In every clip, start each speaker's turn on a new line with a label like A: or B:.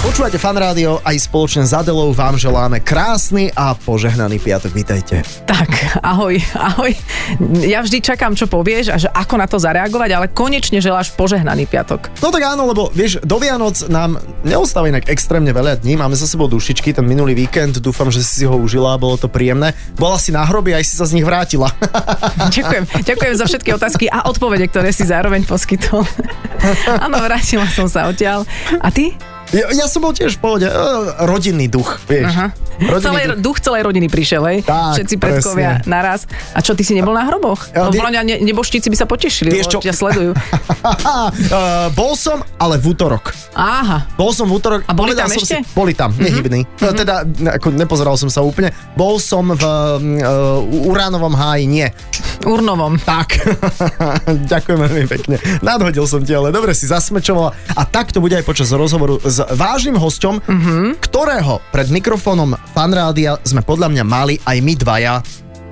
A: Počúvate fan rádio aj spoločne s Adelou vám želáme krásny a požehnaný piatok. Vítajte.
B: Tak, ahoj, ahoj. Ja vždy čakám, čo povieš a že ako na to zareagovať, ale konečne želáš požehnaný piatok.
A: No tak áno, lebo vieš, do Vianoc nám neostáva inak extrémne veľa dní. Máme za sebou dušičky ten minulý víkend, dúfam, že si ho užila, bolo to príjemné. Bola si na hrobe aj si sa z nich vrátila.
B: Ďakujem, ďakujem za všetky otázky a odpovede, ktoré si zároveň poskytol. Áno, vrátila som sa odtiaľ. A ty?
A: Ja, ja som bol tiež v pohode. E, Rodinný duch, vieš.
B: Aha.
A: Rodinný
B: Celej,
A: duch.
B: duch celej rodiny prišiel, hej?
A: Tak,
B: Všetci predkovia
A: presne.
B: naraz. A čo, ty si nebol na hroboch?
A: Ja,
B: Ja, no,
A: ty-
B: podľa mňa ne, neboštíci by sa potešili,
A: Vieš čo?
B: lebo ťa sledujú.
A: Eh, bol som, ale v útorok.
B: Aha,
A: Bol som v útorok.
B: A boli
A: povedal
B: tam
A: som
B: ešte? Mhm.
A: Si, boli tam, nehybný. Mm-hmm. Teda, ne- ako nepozeral som sa úplne. Bol som v uh, uránovom háji, nie.
B: urnovom.
A: Tak, ďakujem veľmi pekne. Nadhodil som ti, ale dobre si zasmečovala. A tak to bude aj počas rozhovoru s vážnym hosťom,
B: Mhm.
A: mm-hmm. ktorého pred mikrofónom fanrádia sme podľa mňa mali aj my dvaja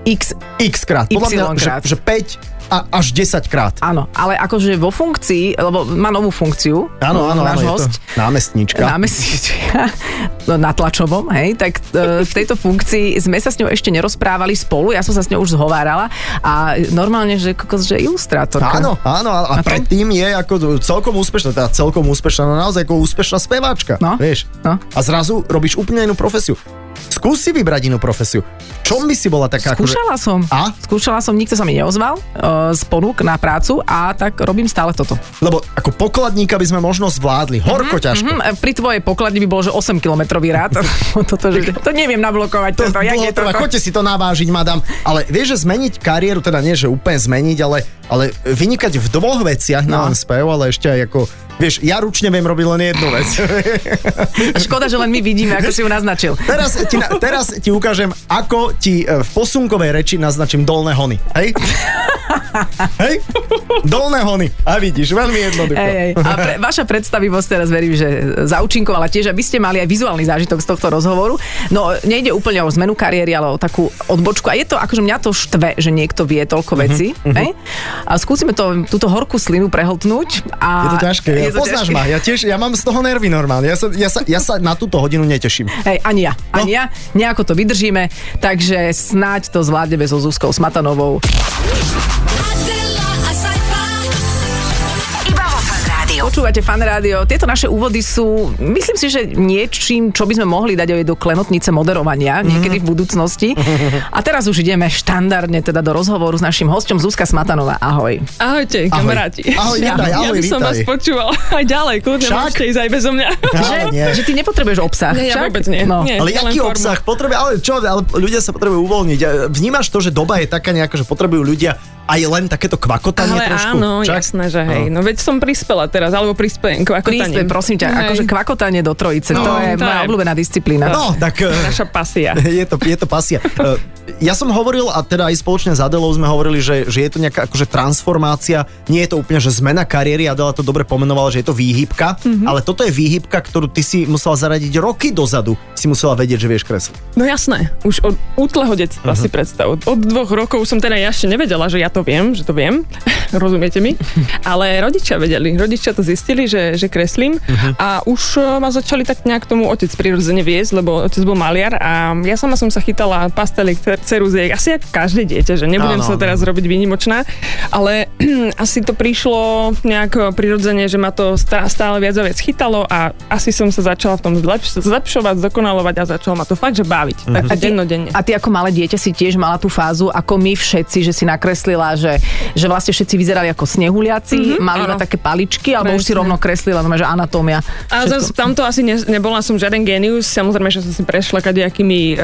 B: X,
A: x krát. Podľa mňa,
B: Y
A: že,
B: krát.
A: že 5 a až 10 krát.
B: áno. Ale akože vo funkcii, lebo má novú funkciu.
A: Áno, áno, áno,
B: náš
A: je to
B: host.
A: námestnička.
B: námestníčka no, na tlačovom, hej, tak e, v tejto funkcii sme sa s ňou ešte nerozprávali spolu, ja som sa s ňou už zhovárala a normálne, že kokos, že ilustrátorka.
A: Áno, áno, a, a
B: A to?
A: predtým je ako celkom úspešná, teda celkom úspešná, no naozaj ako úspešná speváčka,
B: No,
A: vieš.
B: no.
A: A zrazu robíš úplne inú profesiu. Skús si vybrať inú profesiu. V Čom by si bola taká? akože-
B: Skúšala som.
A: A?
B: Skúšala som, nikto sa mi neozval e, z ponúk na prácu a tak robím stále toto.
A: Lebo ako pokladníka by sme možno zvládli. Horko ťažko.
B: Hm, e, pri tvojej pokladni by bolo, že 8 kilometrový rád. toto, že, to neviem nablokovať. To, to, Teda jak
A: Bolo teda,
B: je to,
A: treba, Choďte si to navážiť, madam. Ale vieš, že zmeniť kariéru, teda nie, že úplne zmeniť, ale, ale vynikať v dvoch veciach, no.
B: No.
A: nielen spev, ale ešte aj ako... Vieš, ja ručne viem robiť len jednu vec.
B: Škoda, že len my vidíme, ako si ju naznačil.
A: Teraz ti, na, teraz ti ukážem, ako ti e, v posunkovej reči naznačím dolné hony. Hej? Hej? Dolné hony. A vidíš, veľmi jednoducho.
B: Ej, ej. A pre, vaša predstavivosť teraz verím, že zaučinkovala tiež, aby ste mali aj vizuálny zážitok z tohto rozhovoru. No nejde úplne o zmenu kariéry, ale o takú odbočku. A je to, akože mňa to štve, že niekto vie toľko
A: Mhm,
B: vecí. Uh-huh, uh-huh. A skúsime to, túto horkú slinu prehltnúť.
A: Je
B: A
A: to ťažké. Ja,
B: to
A: poznáš
B: ťažké.
A: ma, ja tiež, ja mám z toho nervy normálne. Ja sa, ja sa, ja sa na túto hodinu neteším.
B: Hej, ani ja,
A: No.
B: ani ja. Nejako to vydržíme, takže snáď to zvládneme so Zuzkou Smatanovou.
C: Iba vo fan rádiu.
B: Počúvate fan rádio. Tieto naše úvody sú, myslím si, že niečím, čo by sme mohli dať aj do klenotnice moderovania niekedy v
A: Mhm.
B: budúcnosti. A teraz už ideme štandardne teda do rozhovoru s našim hosťom Zuzka Smatanová. Ahoj.
D: Ahoj. kamaráti.
A: Ahoj, nedaj,
D: ja, ja
A: ahoj,
D: by som
A: vítaj.
D: vás počúvala aj ďalej, kľudne
A: Však?
D: môžete ísť aj bezo mňa.
A: Ale nie.
B: Že ty nepotrebuješ obsah.
D: Nie, ja
B: však?
D: vôbec nie.
B: No.
D: Nie.
A: Ale
D: Ja len
A: aký
D: formu.
A: obsah? Potrebuje, ale čo, ale ľudia sa potrebujú uvoľniť. E, Vnímaš to, že doba je taká nejaká, že potrebujú ľudia aj len takéto kvakotanie
D: Ale
A: trošku?
D: áno,
A: Čak?
D: jasné, že hej. No veď som prispela teraz, alebo prispejem k
B: Príspe, prosím ťa,
D: Hej.
B: akože kvakotanie do trojice, to
D: No,
B: je
D: tak.
B: moja obľúbená disciplína.
A: No, tak... e,
D: Naša pasia.
A: Je to, je to pasia. E, Ja som hovoril, a teda aj spoločne s Adelou sme hovorili, že, že je to nejaká akože transformácia, nie je to úplne, že zmena kariéry, Adela to dobre pomenovala, že je to výhybka,
B: Mhm.
A: mm-hmm. ale toto je výhybka, ktorú ty si musela zaradiť roky dozadu, si musela vedieť, že vieš kresliť.
D: No jasné, už od útleho detstva
A: Mhm.
D: si predstav. Od dvoch rokov som teda ja ešte nevedela, že ja to viem, že to viem, rozumiete mi, ale rodičia vedeli, rodičia to zistili, že, že kreslím
A: Mhm.
D: a už e, ma začali tak nejak tomu otec prirodzene viesť, lebo otec bol maliar a ja sama som sa chytala pasteliek, cer- ceruziek, asi ako každé dieťa, že nebudem
A: Áno,
D: sa
A: áno.
D: teraz robiť výnimočná, ale asi to prišlo nejak prirodzene, že ma to stá- stále viac a viac chytalo a asi som sa začala v tom zlepš- zlepšovať, zdokonalovať a začalo ma to fakt, že baviť. Takže
B: Mhm. A ty,
D: dennodenne.
B: a ty ako malé dieťa si tiež mala tú fázu, ako my všetci, že si nakreslila, že, že vlastne všetci vyzerali ako snehuliaci, mm-hmm, mali
D: Mhm, áno.
B: na také paličky, alebo už si
D: Presne.
B: rovno kreslila, znamená, že anatómia.
D: A
B: všetko.
D: zase tamto asi ne, nebola som žiaden genius, samozrejme, že som si prešla kadejakými uh,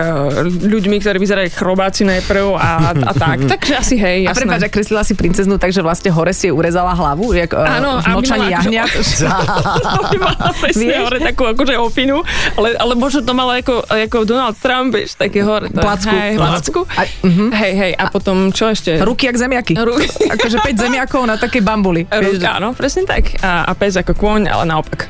D: ľuďmi, ktorí vyzerajú ako chrobáci najprv a, a tak. Takže asi hej,
B: A
D: jasné.
B: prepáč, a kreslila si princeznu, takže vlastne hore si jej urezala hlavu, jak
D: Áno,
B: Áno, v
D: a
B: mlčaní
D: minula akože-
B: jahniat.
D: Mala presne
B: Vieš?
D: hore takú akože opinu, ale, ale možno to som mala ako, ako Donald Trump, vieš, také hore. To,
B: Placku.
D: Hej,
A: Aha.
D: placku.
B: A,
D: Mhm. Hej, hej, a potom čo ešte?
B: Ruky jak zemiaky.
D: Ruky.
B: Akože 5 zemiakov na takej bambuli. Vieš,
D: Ruka, áno, presne tak. A, a pes ako kôň, ale naopak.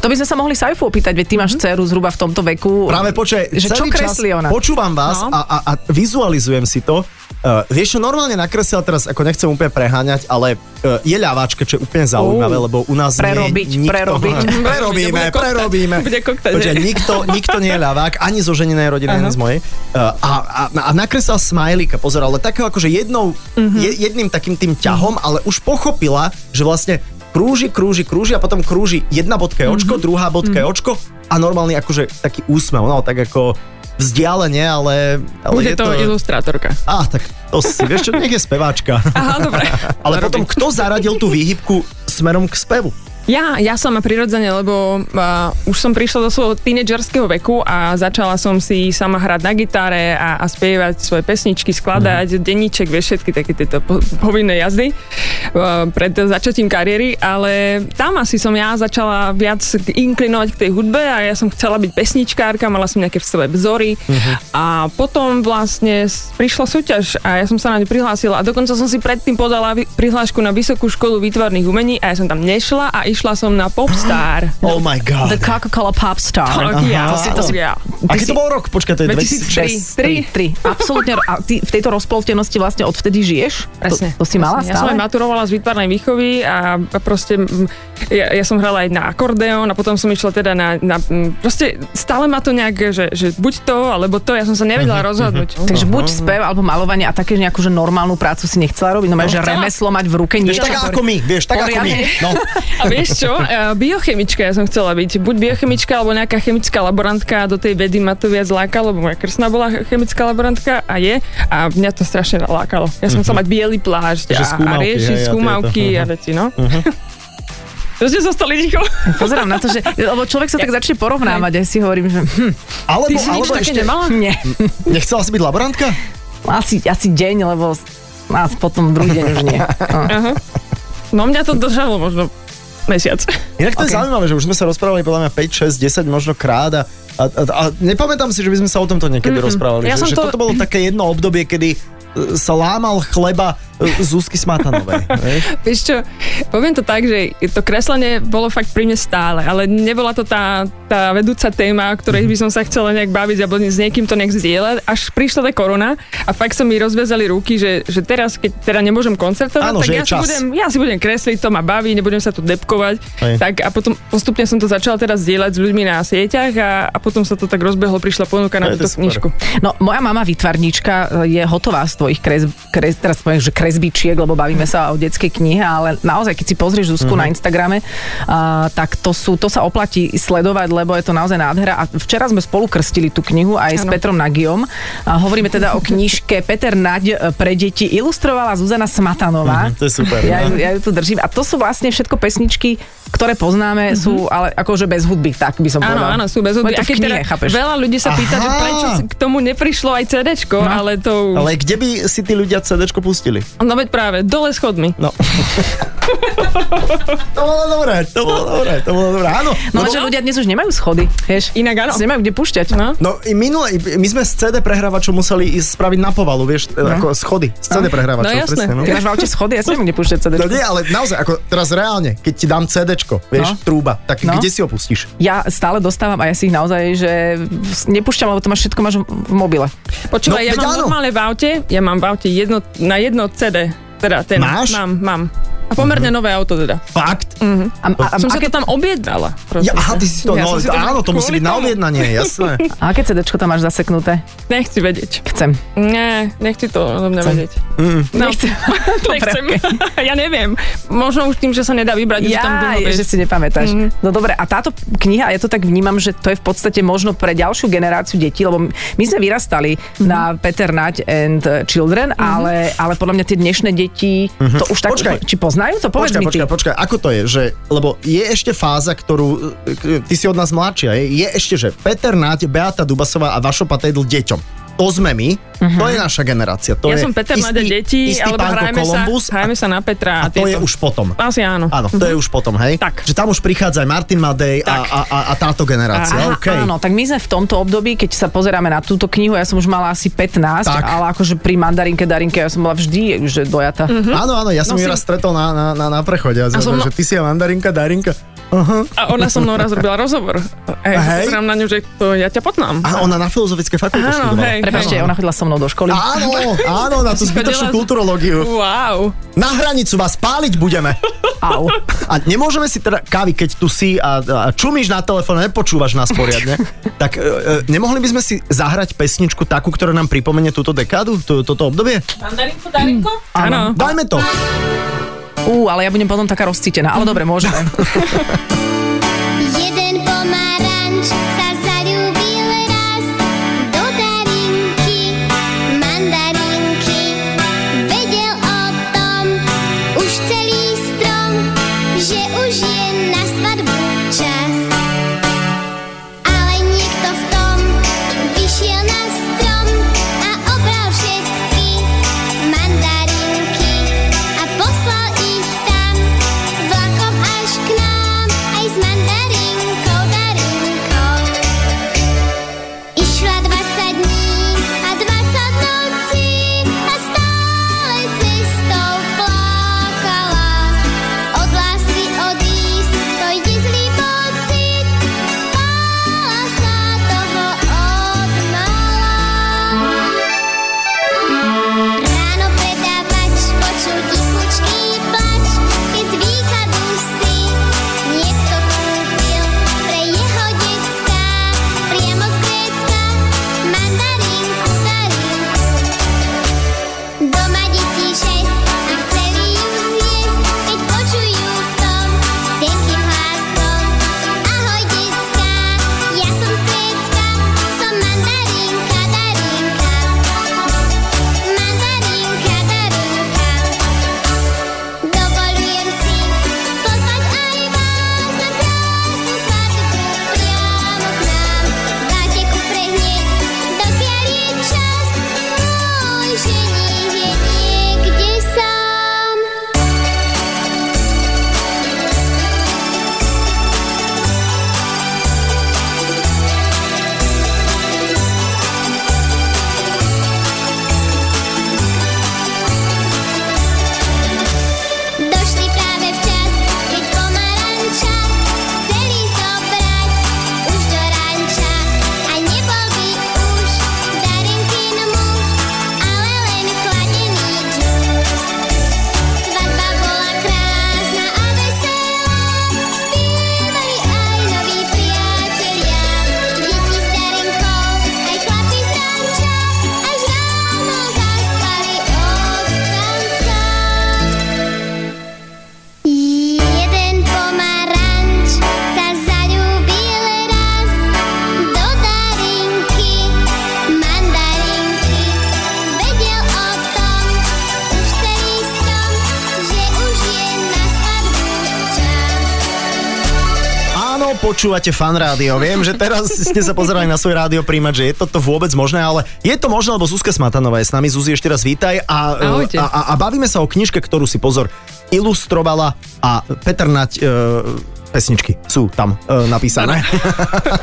B: To by sme sa mohli Saifu opýtať, veď ty
D: Mhm.
B: máš dceru zhruba v tomto veku.
A: Práve počkaj,
B: že čo
A: celý čas
B: kreslí ona?
A: počúvam vás
D: No.
A: a, a, a vizualizujem si to. Uh, vieš, čo normálne nakreslila teraz, ako nechcem úplne preháňať, ale uh, je ľaváčka, čo je úplne zaujímavé, lebo u nás
B: Prerobiť,
A: nie, nikto,
B: prerobiť.
A: prerobíme,
D: Bude koktať,
A: prerobíme.
D: bude koktať,
A: Počkaj,
D: že?
A: nikto, nikto nie je ľavák, ani zo ženenej rodiny, ani z mojej. Uh, a, a, a nakresal smajlíka, pozor, ale takého akože jednou,
D: Mhm.
A: je, jedným takým tým ťahom, ale už pochopila, že vlastne krúži, krúži, krúži a potom krúži jedna bodka je
D: Mhm.
A: očko, druhá bodka je očko a normálny akože taký úsmev, no tak ako vzdialenie, ale, ale
D: Bude
A: je to...
D: to ilustrátorka.
A: Á, tak to si, vieš čo, nech je speváčka.
D: Aha, dobre.
A: ale
D: Robí.
A: potom, kto zaradil tú výhybku smerom k spevu?
D: Ja, ja sama prirodzene, lebo uh, už som prišla do svojho tínedžerského veku a začala som si sama hrať na gitare a, a spievať svoje pesničky, skladať, mm. denníček, vieš, všetky také tieto po, povinné jazdy uh, pred začatím kariéry, ale tam asi som ja začala viac k- inklinovať k tej hudbe a ja som chcela byť pesničkárka, mala som nejaké v sebe vzory
A: Mhm.
D: mm-hmm. a potom vlastne s- prišla súťaž a ja som sa na ňu prihlásila a dokonca som si predtým podala vy- prihlášku na Vysokú školu výtvarných umení a ja som tam nešla a išla som na Popstar.
A: Oh my
B: The
A: god.
B: Coca-Cola Popstar.
D: Tak ja,
A: To si- to si-
D: ja.
A: Aký to bol rok? Počkaj, to je
D: 2003.
A: 2006.
B: 3. 3. Absolutne. A ty v tejto rozpoltenosti vlastne odvtedy žiješ?
D: Presne.
B: To, to si mala
D: presne. Ja som
B: stále?
D: aj maturovala z výtvarnej výchovy a proste mm, ja, ja som hrala aj na akordeón a potom som išla teda na, na mm, proste stále ma to nejak, že, že buď to, alebo to, ja som sa
A: Mhm,
D: nevedela rozhodnúť.
B: Takže buď spev alebo malovanie a také nejakú že akože normálnu prácu si nechcela robiť, no, no že
D: chcela.
B: remeslo mať v ruke
A: Vieš,
B: niečo.
A: tak ako my, vieš, tak ako my.
B: Poriadne.
A: No,
D: A vieš čo? E, Biochemička ja som chcela byť. Buď biochemička, alebo nejaká chemická laborantka. Do tej vedy ma to viac lákalo, lebo moja krsná bola chemická laborantka a je. A mňa to strašne lákalo. Ja som chcela mať biely plášť a,
A: Takže
D: a
A: Mhm. skúmavky, hej,
D: riešiť
A: a
D: skúmavky
A: tieto. Mhm.
D: a veci, no. To ste zostali ticho.
B: Pozerám na to, že lebo človek sa tak začne porovnávať a si hovorím, že hm,
A: alebo,
D: Ty si nič
A: alebo
D: také
A: ešte,
D: nemala?
B: nie.
A: nechcela si byť laborantka?
D: No.
B: Asi, asi deň, lebo s- a potom druhý deň už nie.
D: No mňa to držalo možno mesiac.
A: Inak to okay. je
B: Ok.
A: zaujímavé, že už sme sa rozprávali podľa mňa 5, 6, 10 možno krát a, a, a, a nepamätám si, že by sme sa o tomto niekedy mm-hmm. rozprávali.
D: Mhm. Ja
A: že,
D: som
A: že
D: to-
A: toto bolo také jedno obdobie, kedy e, sa lámal chleba e, Zuzky Smatanovej. vieš?
D: Vieš čo, poviem to tak, že to kreslenie bolo fakt pri mne stále, ale nebola to tá, tá vedúca téma, o ktorej
A: Mhm.
D: by som sa chcela nejak baviť alebo s niekým to nejak zdieľať, až prišla tá korona a fakt som mi rozviazali ruky, že, že teraz, keď teda nemôžem koncertovať,
A: Áno,
D: tak
A: že je
D: ja si,
A: čas.
D: budem, ja si budem kresliť, to ma baví, nebudem sa tu depkovať.
A: Hej.
D: Tak a potom postupne som to začala teraz zdieľať s ľuďmi na sieťach a, a potom sa to tak rozbehlo, prišla ponuka na
A: Hej, to
D: túto
A: je super.
D: knižku.
B: No, moja mama výtvarníčka e, je hotová z tvojich kres, kres, teraz poviem, že kresbičiek, lebo bavíme sa o detskej knihe, ale naozaj, keď si pozrieš
A: Mhm.
B: Zuzku na Instagrame, a, tak to, sú, to sa oplatí sledovať, lebo je to naozaj nádhera. A včera sme spolu krstili tú knihu aj s
D: Áno.
B: Petrom Nagiom. A hovoríme teda o knižke Peter Naď e, pre deti ilustrovala Zuzana Smatanová.
A: Mhm, to je super,
B: Ja,
A: no.
B: ju, ja ju tu držím. A to sú vlastne všetko pesničky, ktoré poznáme, sú ale akože bez hudby, tak by som
D: Mhm. Áno,
B: povedala.
D: áno, sú bez hudby.
B: Bude to
D: A
B: v
D: keď teda
B: knihe, chápeš?
D: Veľa ľudí sa pýta, že
A: Aha.
D: prečo k tomu neprišlo aj CDčko,
B: No.
D: no. ale to už...
A: Ale kde by si tí ľudia CD pustili?
D: No veď práve, dole schodmi.
A: No. to bolo dobré, to bolo dobré, to bolo dobré, áno.
B: No,
A: lebo-
B: že ľudia dnes už nemajú schody, vieš.
D: Inak áno.
B: Si nemajú kde púšťať. No.
D: No.
A: No i minule, i- my sme z CD prehrávačom museli ísť spraviť na povalu, vieš, no. ako schody, z CD prehrávačom,
D: No jasné.
A: presne, no.
B: Ty máš v aute schody, ja si nemám kde púšťať CD.
A: No nie, ale naozaj, ako teraz reálne, keď ti dám CDčko, vieš,
B: No.
A: no. trúba, tak no.
B: No.
A: kde si ho pustíš?
B: Ja stále dostávam a ja si ich naozaj, že nepúšťam, lebo to máš všetko máš v mobile.
A: No,
D: Počúvaj, ja
A: veď
D: mám
A: áno.
D: normálne v aute, ja mám v aute jedno, na jedno CD. Teda ten.
A: Máš? Mhm.
D: Mám, mám. A pomerne nové auto teda.
A: Fakt?
B: A, a, a,
D: Som sa
B: aké,
D: to tam objednala.
A: Ja,
D: proste.
A: aha, ty si to,
D: Ja
A: no,
D: som si to-
A: áno, to musí
D: kvôli
A: byť na
D: tomu.
A: objednanie, jasné.
B: a aké CDčko tam máš zaseknuté?
D: Nechci vedieť.
B: Chcem.
D: Nie, nechci to odo mňa vedieť.
A: Mm.
D: No,
B: Nechcem.
D: to nechcem. ja neviem. Možno už tým, že sa nedá vybrať, už tam
B: Ja,
D: dlho, vieš.
B: že si nepamätáš.
D: Mhm.
B: No dobre, a táto kniha, ja to tak vnímam, že to je v podstate možno pre ďalšiu generáciu detí, lebo my sme vyrastali
D: Mhm.
B: na Peter Nať and eh, Children, ale, ale podľa mňa tie dnešné deti to už tak...
A: Mhm. Počkaj.
B: Či poznajú to? Povedz
A: Počkaj,
B: mi ty.
A: počkaj, počkaj, ako to je, že, lebo je ešte fáza, ktorú, e, k- ty si od nás mladšia, je, je ešte, že Peter Náť, Beata Dubasová a Vašo Patejdl deťom. to sme my, uh-huh. to je naša generácia. To
D: Mhm. ja
A: je
D: som Peter
A: istý,
D: Nadia deti,
A: istý
D: alebo
A: pánko
D: hrajme sa,
A: Kolumbus a,
D: hrajme sa na Petra.
A: a to je
D: tieto.
A: už potom.
D: Asi áno.
A: Áno, to je už potom, hej?
D: Tak.
A: Že tam už prichádza aj Martin Madej a,
D: Tak.
A: a, a, a táto generácia.
B: Aha,
A: okay.
B: Áno, tak my sme v tomto období, keď sa pozeráme na túto knihu, ja som už mala asi 15,
A: Tak.
B: ale akože pri mandarinke, darinke, ja som bola vždy že dojata. Mm-hmm.
A: Áno, áno, ja som
D: No
A: ju
D: si-
A: raz stretol na, na, na, na prechode. A, a
D: som-
A: som... že ty si ja mandarinka, darinka. Aha.
D: A ona so mnou raz robila rozhovor. A ja sa
A: Hej.
D: pozerám na ňu, že to ja ťa poznám.
A: A ona na filozofické fakulte
D: Áno,
A: študovala.
D: hej.
B: Prepašte, ona chodila so mnou do školy.
A: Áno, áno, na tú
D: Si
A: zbytočnú
D: chodila z-
A: kulturológiu.
D: Wow.
A: Na hranicu vás páliť budeme.
B: Au.
A: A nemôžeme si teda, Kávi, keď tu si a, a čumíš na telefón a nepočúvaš nás poriadne, tak e, e, nemohli by sme si zahrať pesničku takú, ktorá nám pripomenie túto dekádu, tú, toto obdobie?
D: Mandarinku, darinko? Áno.
A: Dajme to.
B: Ú, ale ja budem potom taká rozcítená. Ale dobre, môžeme.
E: Jeden pomaranč sa zaľúbil raz do darinky, mandarinky. Vedel o tom už celý strom, že už je na svadbu čas. Ale niekto v tom vyšiel na strom a obral všetky mandarinky a poslal ich tam vlakom až k nám aj s mandarinkou, darinkou. Išla 20 dní a 20 nocí a stále cestou plakala. Od lásky odísť, to je zlý pocit, bála sa toho od mala. Ráno predávač počul tichučký plač, keď z výkladu si niekto kúpil pre jeho decka, priamo z Grécka, mandarinku, darinku. Doma detí šesť a chceli ju zjesť, keď počujú v tom tenkým hláskom. Ahoj, decka, ja som z Grécka, som mandarinka, darinka. Mandarinka, darinka, dovolujem si pozvať aj vás na krásnu svadbu priamo k nám. Dáte kufre hneď, dokiaľ je čas, môj ženich je niekde sám. Došli práve včas, keď pomaranča chceli zobrať už do ranča. A nebol by už Darinkin muž, ale len chladený džús. Svadba bola krásna a veselá, spievali aj noví priatelia. Deti s Darinkou, aj chlapi z ranča, až ráno zaspali od tanca. Jeden pomaranč sa zaľúbil raz do darinky, mandarinky. Vedel o tom už celý strom, že už je na svadbu čas.
A: Áno, počúvate fan rádio. Viem, že teraz ste sa pozerali na svoj rádio príjmať, že je toto vôbec možné, ale je to možné, lebo Zuzka Smatanová je s nami. Zuzi, ešte raz vítaj. A,
D: Ahojte.
A: e, a, a, a bavíme sa o knižke, ktorú si pozor ilustrovala a Petr Nať e, pesničky sú tam e, napísané.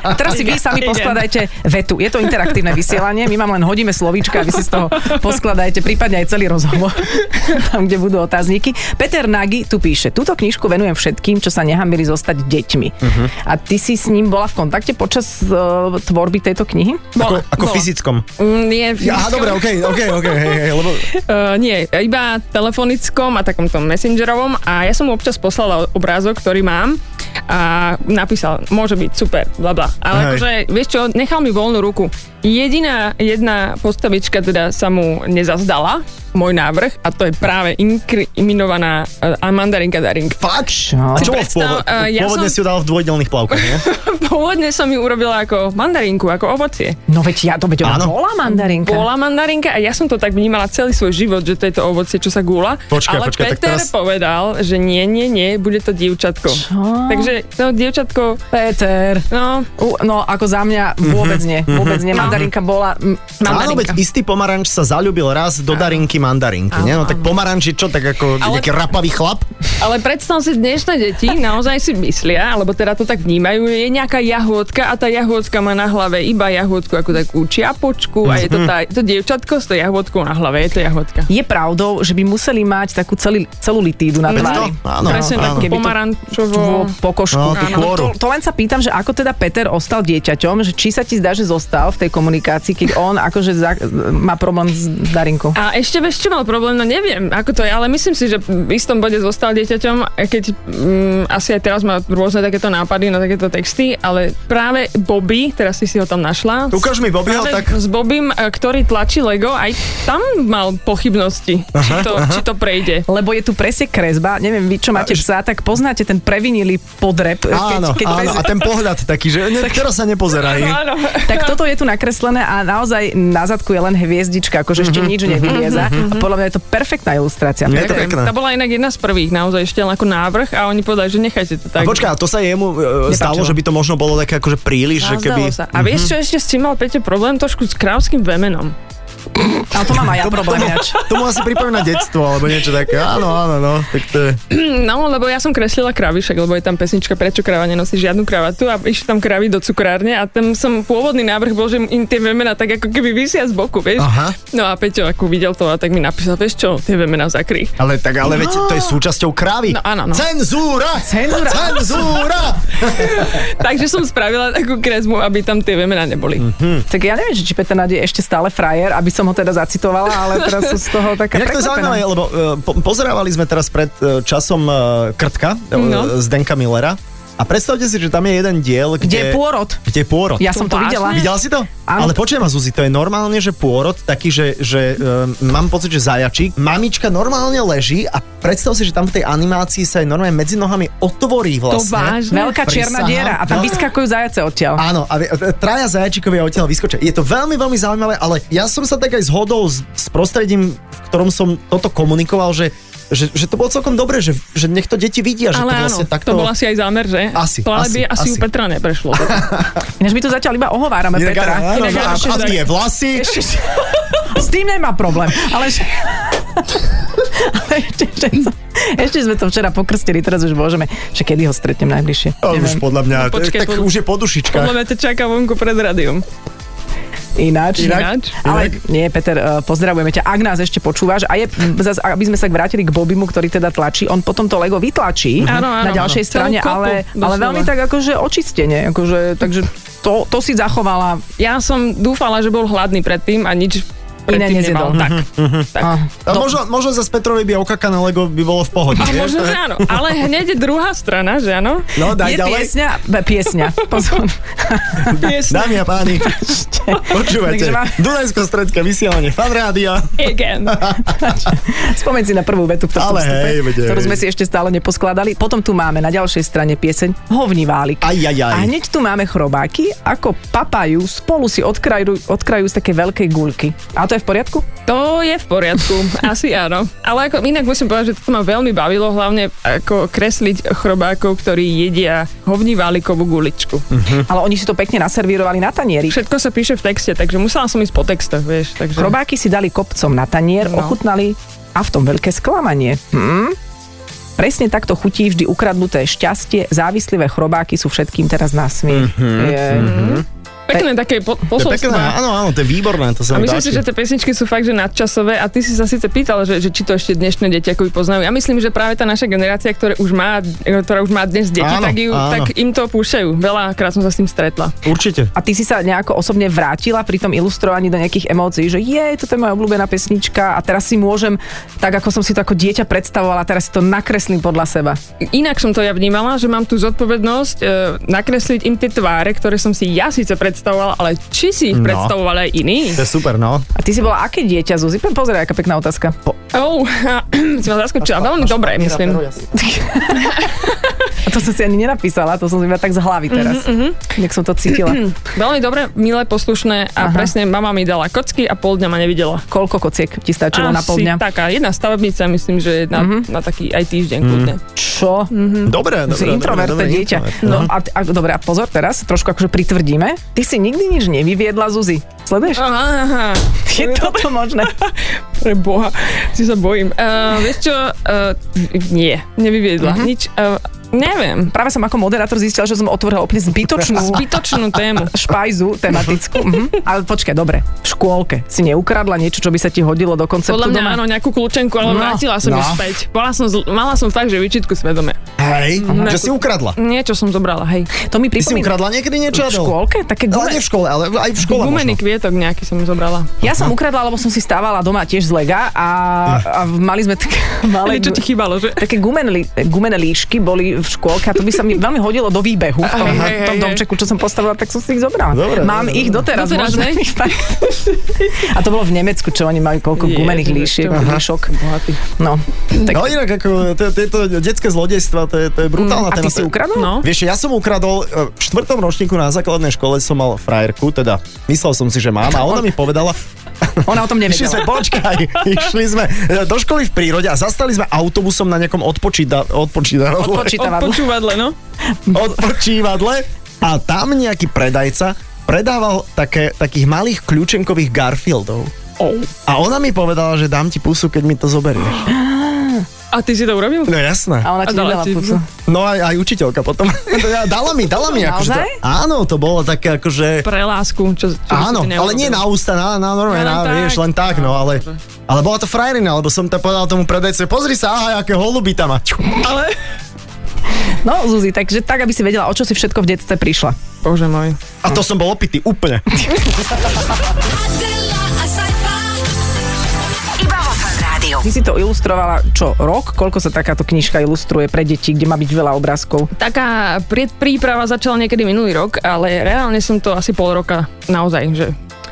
B: A teraz si vy sami poskladajte vetu. Je to interaktívne vysielanie, my vám len hodíme slovíčka a vy si z toho poskladajte, prípadne aj celý rozhovor, tam, kde budú otázniky. Peter Nagy tu píše, túto knižku venujem všetkým, čo sa nehambili zostať deťmi.
A: Mhm.
B: Uh-huh. A ty si s ním bola v kontakte počas uh, tvorby tejto knihy?
A: Ako,
D: Bola,
A: ako
D: bola.
A: fyzickom.
D: Mm, Nie, v
A: Aha, dobre, okej,
D: no.
A: okej, okej, hej, hej, lebo...
D: Uh, nie, iba telefonickom a takomto messengerovom a ja som mu občas poslala obrázok, ktorý mám a napísal, môže byť super, bla bla.
A: Hej.
D: Ale akože, vieš čo, nechal mi voľnú ruku. Jediná jedna postavička teda sa mu nezazdala, môj návrh a to je práve inkriminovaná e, mandarinka darinka.
A: Fakt?
B: Čo?
A: Čo bol v
D: Predstav,
A: pôvod-
D: eh, ja
A: pôvodne
D: som-
A: si ju dal v dvojdelných plavkách, nie?
D: Pôvodne som ju urobila ako mandarinku, ako ovocie.
B: No veď ja to veď ona
A: Áno.
B: bola mandarinka.
D: Bola mandarinka a ja som to tak vnímala celý svoj život, že to je to ovocie, čo sa gúla.
A: Počkaj,
D: Ale
A: počkaj, tak
D: Peter
A: teraz-
D: povedal, že nie, nie, nie, bude to dievčatko. Čo? Takže, no, dievčatko,
B: Peter.
D: no,
B: U, no ako za mňa vôbec nie. Vôbec nie. Mandarinka bola m,
A: Mhm. Áno, veď
B: mandarinka.
A: istý pomaranč sa zalúbil raz do darinky mandarinky, nie? No tak pomaranč je čo, tak ako
D: Ale-
A: nejaký rapavý chlap?
D: ale predstav si dnešné deti, naozaj si myslia, alebo teda to tak vnímajú, je nejaká jahôdka a tá jahôdka má na hlave iba jahôdku, ako takú čiapočku a je to, tá, to dievčatko s tou jahôdkou na hlave, je to jahôdka.
B: Je pravdou, že by museli mať takú celý, celú litídu na
A: Veď to,
B: tvári.
A: No, áno,
D: Presne
A: áno.
D: takú
B: Keby to-
D: pomarančovo...
B: Vo pokožku.
A: No, tú
D: Áno.
A: kôru.
B: To, to len sa pýtam, že ako teda Peter ostal dieťaťom, že či sa ti zdá, že zostal v tej komunikácii, keď on akože za, má problém s, s Darinkou.
D: A ešte vieš, čo mal problém, no neviem, ako to je, ale myslím si, že v istom bode zostal dieťaťom, keď mm, asi aj teraz má rôzne takéto nápady na takéto texty, ale práve Bobby, teraz si si ho tam našla.
A: Ukáž mi Bobbyho,
D: Práve
A: tak...
D: S Bobim, e, ktorý tlačí Lego, aj tam mal pochybnosti, či to, či to prejde.
B: Lebo je tu presne kresba, neviem, vy čo máte psa, tak poznáte ten previnilý podrep.
A: Áno, áno,
B: pes-
A: a ten pohľad taký, že ne, teraz sa
B: No,
A: nepozeraj.
D: No, Áno.
B: Tak toto je tu nakreslené a naozaj na zadku je len hviezdička, akože ešte nič nevylieza. A podľa mňa je to perfektná ilustrácia.
A: Mm-hmm, Je to
D: Ďakujem.
A: pekné.
D: Tá bola inak jedna z prvých, naozaj ešte len ako návrh a oni povedali, že nechajte to
A: A
D: tak.
A: počkaj, a to sa jemu e, stalo, že by to možno bolo také akože príliš, že
D: A,
A: keby...
D: zdalo sa. a
A: Mhm.
D: vieš, čo ešte s tým mal Peťo problém? Trošku s krávským vemenom.
B: Ale to mám aj ja problém ináč.
A: To mu asi pripomína detstvo, alebo niečo také. Áno, áno, no. Tak to je...
D: No, lebo ja som kreslila kravy, však, lebo je tam pesnička Prečo kráva nenosí žiadnu kravatu a išli tam kravy do cukrárne a tam som pôvodný návrh bol, že im tie vemena tak ako keby vysia z boku, vieš.
A: Aha.
D: No a Peťo ako videl to a tak mi napísal, vieš čo, tie vemena zakry.
A: Ale tak, ale veď, to je súčasťou krávy.
D: No, áno, no.
A: Cenzúra!
B: Cenzúra.
A: Cenzúra!
D: Takže som spravila takú kresbu, aby tam tie vemena neboli.
A: Mhm.
B: Tak ja neviem, že či Peter Nadej je ešte stále frajer, aby som ho teda zacitovala, ale teraz som z toho taká
A: Inak to je
B: prekvapená.
A: zaujímavé, lebo e, po, pozerávali sme teraz pred e, časom e, Krtka
D: No.
A: z Denka Millera a predstavte si, že tam je jeden diel,
B: Kde je
A: kde...
B: pôrod?
A: Kde je pôrod.
B: Ja som to
D: vážne?
B: videla.
A: Videla si to?
B: Áno.
A: Ale počujem ma, Zuzi, to je normálne, že pôrod taký, že, že um, mám pocit, že zajačík. Mamička normálne leží a predstav si, že tam v tej animácii sa jej normálne medzi nohami otvorí vlastne.
D: vážne?
B: Veľká čierna
A: Prisahám.
B: diera a tam
A: No.
B: vyskakujú zajace odtiaľ.
A: Áno, a vi- e, traja zajačíkovia odtiaľ vyskočia. Je to veľmi, veľmi zaujímavé, ale ja som sa tak aj zhodol s, s prostredím, v ktorom som toto komunikoval, že, že, že to bolo celkom dobré, že, že nech to deti vidia, že to
D: Ale áno,
A: vlastne takto...
D: to bol asi aj zámer, že?
A: Asi,
D: to ale by
A: asi,
D: asi, u
A: asi.
D: Petra neprešlo.
B: Ináč my tu zatiaľ iba ohovárame
A: Inak
B: Petra.
A: áno, áno,
D: Inak
A: a,
D: ešte
A: a
D: zaj-
A: tie vlasy.
B: Ešte- S tým nemá problém, ale že... ale ešte, ešte, som- ešte sme to včera pokrstili, teraz už môžeme, že kedy ho stretnem najbližšie.
A: A už
B: Neviem.
A: podľa mňa,
D: No počkaj,
A: tak
D: podľa-
A: už je po dušičkách.
D: Podľa mňa to čaká vonku pred radiom.
B: Ináč.
D: Ináč?
B: Ale nie, Peter, eh, pozdravujeme ťa. Ak nás ešte počúvaš, a je, m, zas, aby sme sa vrátili k Bobimu, ktorý teda tlačí, on potom to Lego
A: Mhm.
B: vytlačí
D: Áno, áno,
B: na ďalšej
D: áno.
B: strane,
D: Celú kopu,
B: ale, ale
D: doslova.
B: veľmi tak akože očistene. Akože, takže to, to si zachovala.
D: Ja som dúfala, že bol hladný predtým a nič predtým
B: nezjedol.
D: nemal.
A: Mhm.
D: Tak, tak.
B: A,
A: A možno, možno za Petrovi by okakané Lego by bolo v pohode.
D: A
A: nie?
D: možno, že áno. Ale hneď je druhá strana, že áno?
A: No, daj
B: je
A: ďalej.
B: piesňa, be- piesňa, pozor.
D: Piesne.
A: Dámy a páni, počúvajte.
B: Takže mám-
A: Dunajsko stredka vysielanie fan rádia.
D: Again.
B: Spomeň si na prvú vetu v tom
A: Ale hej, veď hej.
B: ktorú sme si ešte stále neposkladali. Potom tu máme na ďalšej strane pieseň Hovniválik.
A: Aj, aj, aj.
B: A hneď tu máme chrobáky, ako papajú, spolu si odkrajú, odkrajú z také veľkej guľky. A to je v poriadku?
D: To je v poriadku, asi áno. Ale ako, inak musím povedať, že toto ma veľmi bavilo, hlavne ako kresliť chrobákov, ktorí jedia hovniválikovú guličku.
A: Hm.
B: Ale oni si to pekne naservírovali na tanieri.
D: Všetko sa píše v texte, takže musela som ísť po textoch, vieš. Takže...
B: Chrobáky si dali kopcom na tanier,
D: No.
B: ochutnali a v tom veľké sklamanie. Hm? Presne takto chutí vždy ukradnuté šťastie, závislivé chrobáky sú všetkým teraz na smiech.
A: Mhm.
B: Mm-hmm,
D: Pekné také po-
A: To je pekné,
D: posolstvo.
A: áno, áno, to je výborné, to sa mi
D: A myslím
A: páči.
D: si, že tie pesničky sú fakt, že nadčasové a ty si sa síce pýtal, že, že či to ešte dnešné deti ako poznajú. Ja myslím, že práve tá naša generácia, ktorá už má, ktorá už má dnes deti,
A: Áno,
D: tak, ju,
A: áno.
D: tak im to púšajú. Veľakrát som sa s tým stretla.
A: Určite.
B: A ty si sa nejako osobne vrátila pri tom ilustrovaní do nejakých emócií, že je, toto je moja obľúbená pesnička a teraz si môžem, tak ako som si to ako dieťa predstavovala, teraz si to nakreslím podľa seba.
D: Inak som to ja vnímala, že mám tú zodpovednosť e, nakresliť im tie tváre, ktoré som si ja síce predstavovala, ale či si ich
A: No.
D: no. predstavoval aj iní?
A: To je super, no.
B: A ty si bola aké dieťa, Zuzi? Pe- Pozeraj, aká pekná otázka.
D: Oh, si ma zaskočila. Veľmi dobre, myslím.
B: A to som si ani nenapísala, to som si iba tak z hlavy
D: Mhm,
B: teraz. Jak som to cítila.
D: Veľmi dobre, milé, poslušné a
B: Aha.
D: Aha. presne mama mi dala kocky a pol dňa ma nevidela.
B: Koľko kociek ti stačilo na pol
D: Asi
B: dňa?
D: Taká jedna stavebnica, myslím, že na, na taký aj týždeň kľudne.
B: Čo?
D: Mhm.
A: Dobre, dobre.
B: Si introvert, to
A: dobre,
B: dieťa.
A: introvert.
B: No a, a dobre, a pozor teraz, trošku akože pritvrdíme. Ty si nikdy nič nevyviedla, Zuzi. Sleduješ?
D: Aha, aha.
B: Je toto možné?
D: Pre boha, si sa bojím. Uh, vieš čo, uh, nie, nevyviedla nič. Uh, neviem,
B: Práve som ako moderátor zistila, že som otvorila úplne zbytočnú
D: zbytočnú tému.
B: špajzu tematickú. Mhm. Ale počkaj, dobre, v škôlke si neukradla niečo, čo by sa ti hodilo do konceptu
D: Podľa mňa
B: doma?
D: áno, nejakú kľúčenku, ale
B: No,
D: no, vrátila som
A: no.
D: no. ju späť. Bola som, zl- mala som fakt, že výčitku svedome.
A: Hej, Hm, že si ukradla.
D: Niečo som zobrala, hej.
B: To mi
A: Ty si
B: pripomína
A: ukradla niekedy niečo?
B: v
A: Adel?
B: škôlke, také
A: Ale
B: gume.
A: nie v škole, ale aj v škole
D: Gumený
A: možno.
D: kvietok nejaký som zobrala.
B: Ja som ukradla, lebo som si stávala doma tiež z lega a, a mali sme také malé...
D: Ale čo ti chýbalo, že?
B: také gumenli, gumené líšky boli v škôlke a to by sa mi veľmi hodilo do výbehu v tom,
D: Hej, hej,
B: v tom
D: hej.
B: domčeku, čo som postavila, tak som si ich zobrala.
A: Dobre,
B: Mám
A: dobre,
B: ich
A: dobre.
B: doteraz.
D: Doteraz,
B: možno.
D: hej?
B: Fakt. a to bolo v Nemecku, čo oni majú koľko
D: Je,
B: gumených
D: to je
B: líšiek,
D: to.
B: líšok. No. Tak,
A: No inak, ako, to- tieto detské zlodejstva, to je, to je brutálna
B: Mm, a ty
A: téma.
B: si ukradol?
D: No.
A: Vieš, ja som ukradol, e, v štvrtom ročníku na základnej škole som mal frajerku, teda myslel som si, že mám a ona mi povedala,
B: Ona o tom
A: išli sme,
B: nevedela.
A: počkaj, išli sme e, do školy v prírode a zastali sme autobusom na nejakom odpočíta, odpočíta,
B: Odpočí- Čítavadlo.
D: Odpočúvadle, no.
A: odpočívadle a tam nejaký predajca predával také, takých malých kľúčenkových Garfieldov.
D: Oh.
A: A ona mi povedala, že dám ti pusu, keď mi to zoberieš.
D: A ty si to urobil?
A: No jasné.
B: A ona ti
D: A
B: nedala
D: dala ti-
B: pusu.
A: No aj, aj učiteľka potom. No dala mi, dala mi. Akože to,
B: Naozaj?
A: áno, to bolo také akože...
D: Pre lásku, čo, čo
A: Áno, ale nie na ústa, na, na normálne,
D: Ja len
A: na,
D: tak.
A: vieš, len tak, no, ale... Ale bola to frajerina, lebo som to povedal tomu predajce, pozri sa, aha, aké holuby tam má.
D: Ale...
B: No, Zuzi, takže tak, aby si vedela, o čo si všetko v detstve prišla.
D: Bože môj.
A: A to som bol opitý, úplne.
E: Adela a Saifa.
C: Iba vo Fan Rádiu.
B: Ty si to ilustrovala čo, rok? Koľko sa takáto knižka ilustruje pre deti, kde má byť veľa obrázkov?
D: Taká predpríprava začala niekedy minulý rok, ale reálne som to asi pol roka naozaj, že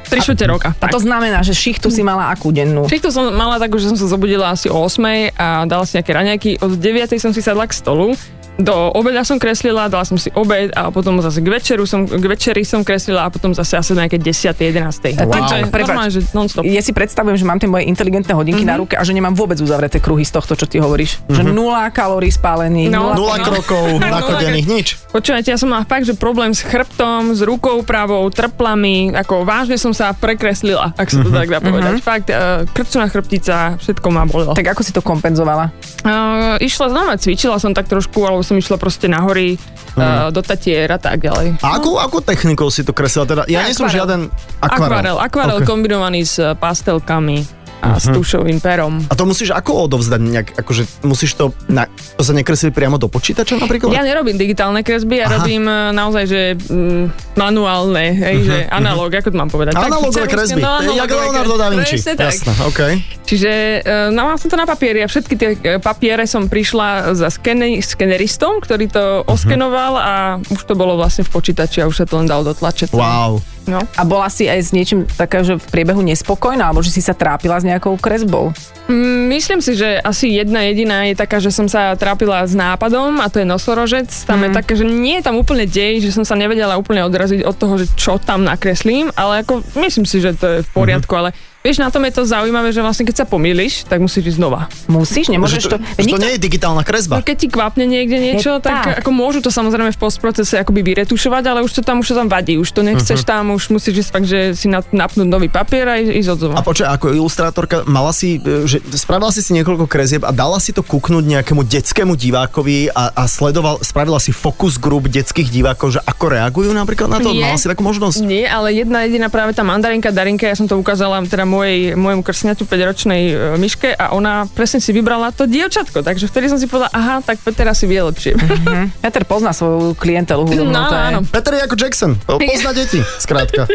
D: tri štvrte roka.
B: A to znamená, že šichtu si mala akú dennú?
D: Všetko som mala tak, že som sa zobudila asi o 8 a dala si nejaké raňajky. Od 9 som si sadla k stolu. Do obeda som kreslila, dala som si obed a potom zase k večeru som, k večeri som kreslila a potom zase asi nejaké 10. 11.
B: Wow.
D: Takže
B: Prepáč.
D: normálne, že non-stop.
B: Ja si predstavujem, že mám tie moje inteligentné hodinky
D: Mhm.
B: mm-hmm. na ruke a že nemám vôbec uzavreté kruhy z tohto, čo ty hovoríš. Mm-hmm. Že
A: Mhm.
B: nula kalórií spálených. nula...
D: No.
A: Nula
D: No.
A: krokov,
D: Nula
A: nachodených, nič.
D: Počúvajte, ja som mala fakt, že problém s chrbtom, s rukou pravou, trplami, ako vážne som sa prekreslila, ak sa to tak dá
A: Mhm,
D: povedať. Fakt, uh, krčná chrbtica, všetko ma bolelo.
B: Tak ako si to kompenzovala?
D: Uh, išla znova, cvičila som tak trošku, alebo som išla proste na hory,
A: Mhm.
D: uh, do tatier a tak ďalej.
A: A akú, akú technikou si to kreslila? Teda, ja
D: No. Akvarel.
A: nie som žiaden
D: Akvarel,
A: akvarel.
D: akvarel
A: Ok. Mhm.
D: kombinovaný s eh, pastelkami a s tušovým perom.
A: A to musíš ako odovzdať nejak, akože musíš to, na, to sa nekreslí priamo do počítača napríklad?
D: Ja nerobím digitálne kresby, ja
A: Aha.
D: robím eh, naozaj, že mm, manuálne, hej, že analóg, ako to mám povedať. Tak,
A: Analogové Mhm,
D: ceruzky,
A: kresby,
D: no,
A: to je jak
D: analógové
A: Leonardo da
D: kresby.
A: Vinci.
D: Presne tak.
A: Jasné, okej.
D: Čiže eh, no, mala som to na papieri a všetky tie eh, papiere som prišla za skene- skeneristom, ktorý to oskenoval a už to bolo vlastne v počítači a už sa to len dalo dotlačiť.
A: Wow.
D: No.
B: A bola si aj s niečím taká, že v priebehu nespokojná, alebo že si sa trápila s nejakou kresbou?
D: Mm, Myslím si, že asi jedna jediná je taká, že som sa trápila s nápadom a to je nosorožec. Tam mm. je také, že nie je tam úplne dej, že som sa nevedela úplne odraziť od toho, že čo tam nakreslím, ale ako myslím si, že to je v poriadku, mm. ale vieš, na tom je to zaujímavé, že vlastne keď sa pomýliš, tak musíš ísť znova.
B: Musíš, nemôžeš
A: že to,
B: to...
A: že to nie je digitálna kresba.
D: No keď ti kvapne niekde niečo,
B: Je
D: tak,
B: tak.
D: tak ako môžu to samozrejme v postprocese akoby vyretušovať, ale už to tam už to tam vadí, už to nechceš uh-huh. tam, už musíš ísť fakt, že si na, napnúť nový papier a ísť ísť od znova.
A: A počkaj, ako ilustrátorka, mala si, e, že spravila si si niekoľko kresieb a dala si to kúknuť nejakému detskému divákovi a, a sledoval, spravila si focus group detských divákov, že ako reagujú napríklad na to?
D: Nie.
A: Mala si takú možnosť?
D: Nie, ale jedna jediná práve tá mandarinka Darinka, ja som to ukázala teda mojej, mojemu krsňaťu 5-ročnej e, myške a ona presne si vybrala to dievčatko, takže vtedy som si povedala, aha, tak Peter asi vie lepšie.
B: Hm? Peter pozná svoju klientelu hudobnú.
D: No,
B: to je-
D: áno.
A: Peter je ako Jackson, o, pozná deti, skrátka.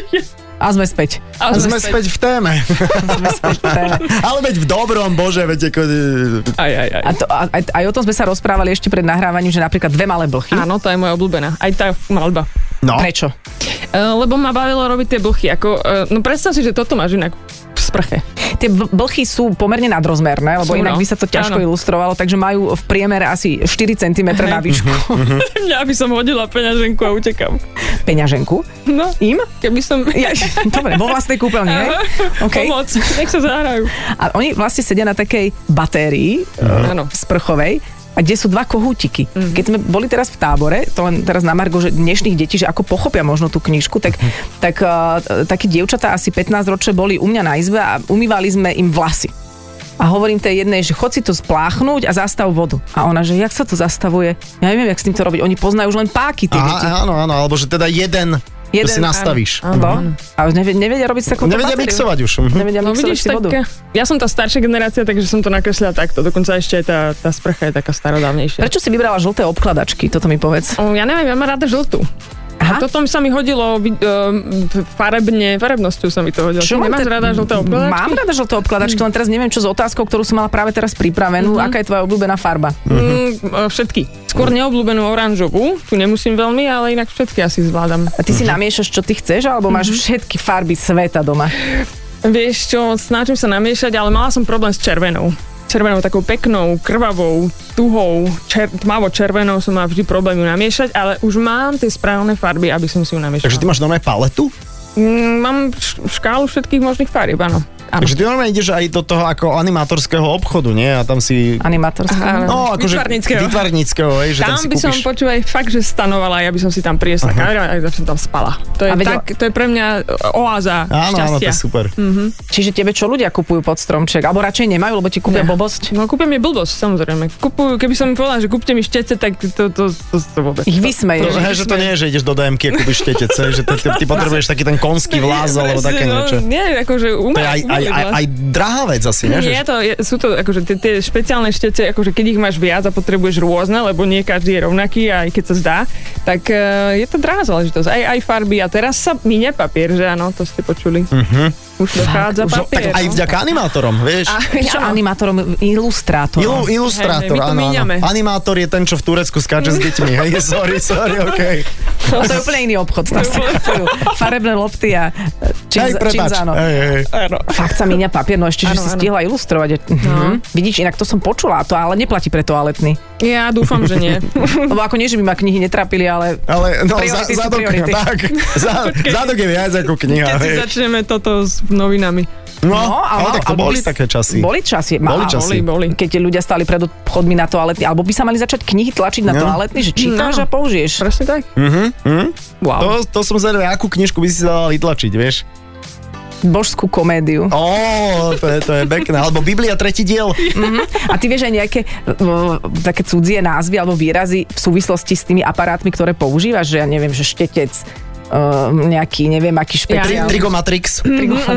B: A sme späť.
D: A
A: A sme späť v téme.
B: Sme späť v téme.
A: Ale veď v dobrom, bože, veď ako... e,
D: Aj, aj, aj.
B: a to, a, aj, aj o tom sme sa rozprávali ešte pred nahrávaním, že napríklad dve malé blchy.
D: Áno, tá je moja obľúbená. Aj tá malba.
A: No.
B: Prečo?
D: E, lebo ma bavilo robiť tie blchy. Ako, e, no predstav si, že toto máš inak v sprche.
B: Tie bl- blchy sú pomerne nadrozmerné, lebo
D: Sú,
B: inak
D: no.
B: by sa to ťažko
D: Áno.
B: ilustrovalo, takže majú v priemere asi 4 cm na
D: Mhm.
B: výšku
D: Ja by som hodila peňaženku a utekam.
B: peňaženku.
D: No,
B: Im?
D: keby som...
B: Ja, dobre, vo vlastnej kúpeľni, hej?
D: Áno.
B: Okay.
D: Pomoc, nech sa zahrajú.
B: A oni vlastne sedia na takej batérii
D: Áno.
B: sprchovej, a kde sú dva kohútiky. Mm-hmm. Keď sme boli teraz v tábore, to len teraz na Margo, že dnešných detí, že ako pochopia možno tú knižku, tak, tak uh, takí dievčatá asi 15 ročné boli u mňa na izbe a umývali sme im vlasy. A hovorím tej jednej, že chod si to spláchnuť a zastav vodu. A ona, že jak sa to zastavuje? Ja neviem, jak s tým to robiť. Oni poznajú už len páky, tie deti.
A: Aha, áno, áno, alebo že teda jeden, jeden
B: Jeden,
A: si nastavíš. Áno,
B: No, a už nevie- nevedia robiť s takouto
A: Nevedia
B: batériou.
A: mixovať už. mhm.
B: Nevedia
D: No
B: mixovať
D: vidíš,
B: si vodu.
D: tak ja som tá staršia generácia, takže som to nakreslila takto. Dokonca ešte aj tá, tá sprcha je taká starodávnejšia.
B: Prečo si vybrala žlté obkladačky? Toto mi povedz.
D: O, Ja neviem, ja mám rada žltú.
B: Aha.
D: A toto sa mi hodilo vi- ehm, farebne, farebnosťou sa mi to hodilo. Ty nemáš
B: te-
D: rada žlté Mm. obkladačky?
B: Mám rada žlté obkladačky, len teraz neviem, čo s otázkou, ktorú som mala práve teraz
D: Mhm.
B: pripravenú. Aká je tvoja obľúbená farba?
D: Mm, e, všetky. Skôr neobľúbenú oranžovú, tu nemusím veľmi, ale inak všetky asi zvládam.
B: A ty si namiešaš, čo ty chceš, alebo máš
D: Mhm.
B: všetky farby sveta doma?
D: Vieš čo, snažím sa namiešať, ale mala som problém s červenou. Červenou takou peknou, krvavou, tuhou, čer, tmavo-červenou som mala vždy problém ju namiešať, ale už mám tie správne farby, aby som si ju namiešala.
A: Takže ty máš normálne paletu?
D: Mm, mám š- škálu všetkých možných farieb, áno. áno.
A: Takže ty normálne ideš aj do toho ako animátorského obchodu, nie? A tam si...
B: Animátorské.
D: Áno.
A: No, akože...
D: Výtvarníckého.
A: Výtvarníckého, hej, že tam,
D: Tam
A: si
D: by som
A: kúpiš...
D: počúvaj fakt, že stanovala, ja by som si tam priniesla
A: Aha.
D: kameru a ja by som tam spala. To je,
B: A vedela-
D: tak, to je pre mňa e, oáza
A: Áno, áno, to
D: šťastia. Mm.
A: je super.
B: Čiže tebe čo ľudia kupujú pod stromček? Alebo radšej nemajú, lebo ti kúpia
D: Ne.
B: blbosť?
D: No kúpim je blbosť, samozrejme. Kupujú, keby som mi povedala, že kúpte mi štece, tak to, to, to, to vôbec.
A: To,
B: Ich vysmeješ.
A: hej, že to nie je, že ideš do DMK a kúpiš tetec, hej, že ty, ty potrebuješ taký ten konský vláz alebo
D: Presne,
A: také
D: no,
A: niečo.
D: Nie, akože
A: To
D: umrieť.
A: je aj, aj, aj, aj drahá vec asi, nie? Že-
D: Nie, to, je, sú to akože tie, tie špeciálne štece, akože keď ich máš viac a potrebuješ rôzne, lebo nie každý je rovnaký, aj keď sa zdá, tak uh, je to drahá záležitosť. Aj, aj farby a teraz sa minie papier, že áno, to ste počuli. Uh-huh. Už dochádza
A: Že- Mhm. tak
D: papier.
A: aj
D: no.
A: vďaka animátorom, vieš?
D: A-
B: Čo animátorom? Ilustrátorom.
A: Ilu, ilustrátor,
D: Hej, hej, my to
A: áno, áno.
D: míňame.
A: Animátor je ten, čo v Turecku skáče s deťmi, hej, sorry, sorry, okej.
B: To je úplne iný obchod. Tam sa kupujú farebné lopty a
A: Hej,
B: čím, čím
A: prepáč, hej, hej.
D: Áno.
B: Fakt sa míňa papier, no ešte, že
D: Áno,
B: si
D: áno.
B: stihla ilustrovať. No. Vidíš, inak to som počula, to ale neplatí pre toaletný.
D: Ja dúfam, že nie.
B: Lebo ako nie, že by ma knihy netrápili, ale
A: Ale no, za,
B: Priority sú
A: zadok,
B: priority.
A: tak, za, zadok je viac ako kniha,
D: Keď si
A: hej.
D: začneme toto s novinami.
A: No,
B: No,
A: ale tak to
B: alebo
A: boli
B: by-
A: také časy.
B: boli časy. Ma-
A: Boli časy.
D: Boli, boli.
B: Keď ľudia stali pred chodmi na toaletný, alebo by sa mali začať knihy tlačiť na
A: No.
B: toaletný, že čítaš
D: No.
B: a použiješ.
D: Presne tak.
B: Wow.
A: To, to som zvedavý, akú knižku by si sa dala vytlačiť, vieš?
B: Božskú komédiu.
A: Ó, to je, to je pekné. Alebo Biblia, tretí diel.
B: A ty vieš aj nejaké uh, také cudzie názvy alebo výrazy v súvislosti s tými aparátmi, ktoré používaš, že ja neviem, že štetec, uh, nejaký, neviem, aký
A: Tri,
B: špeciál.
A: trigomatrix.
D: Mm-hmm.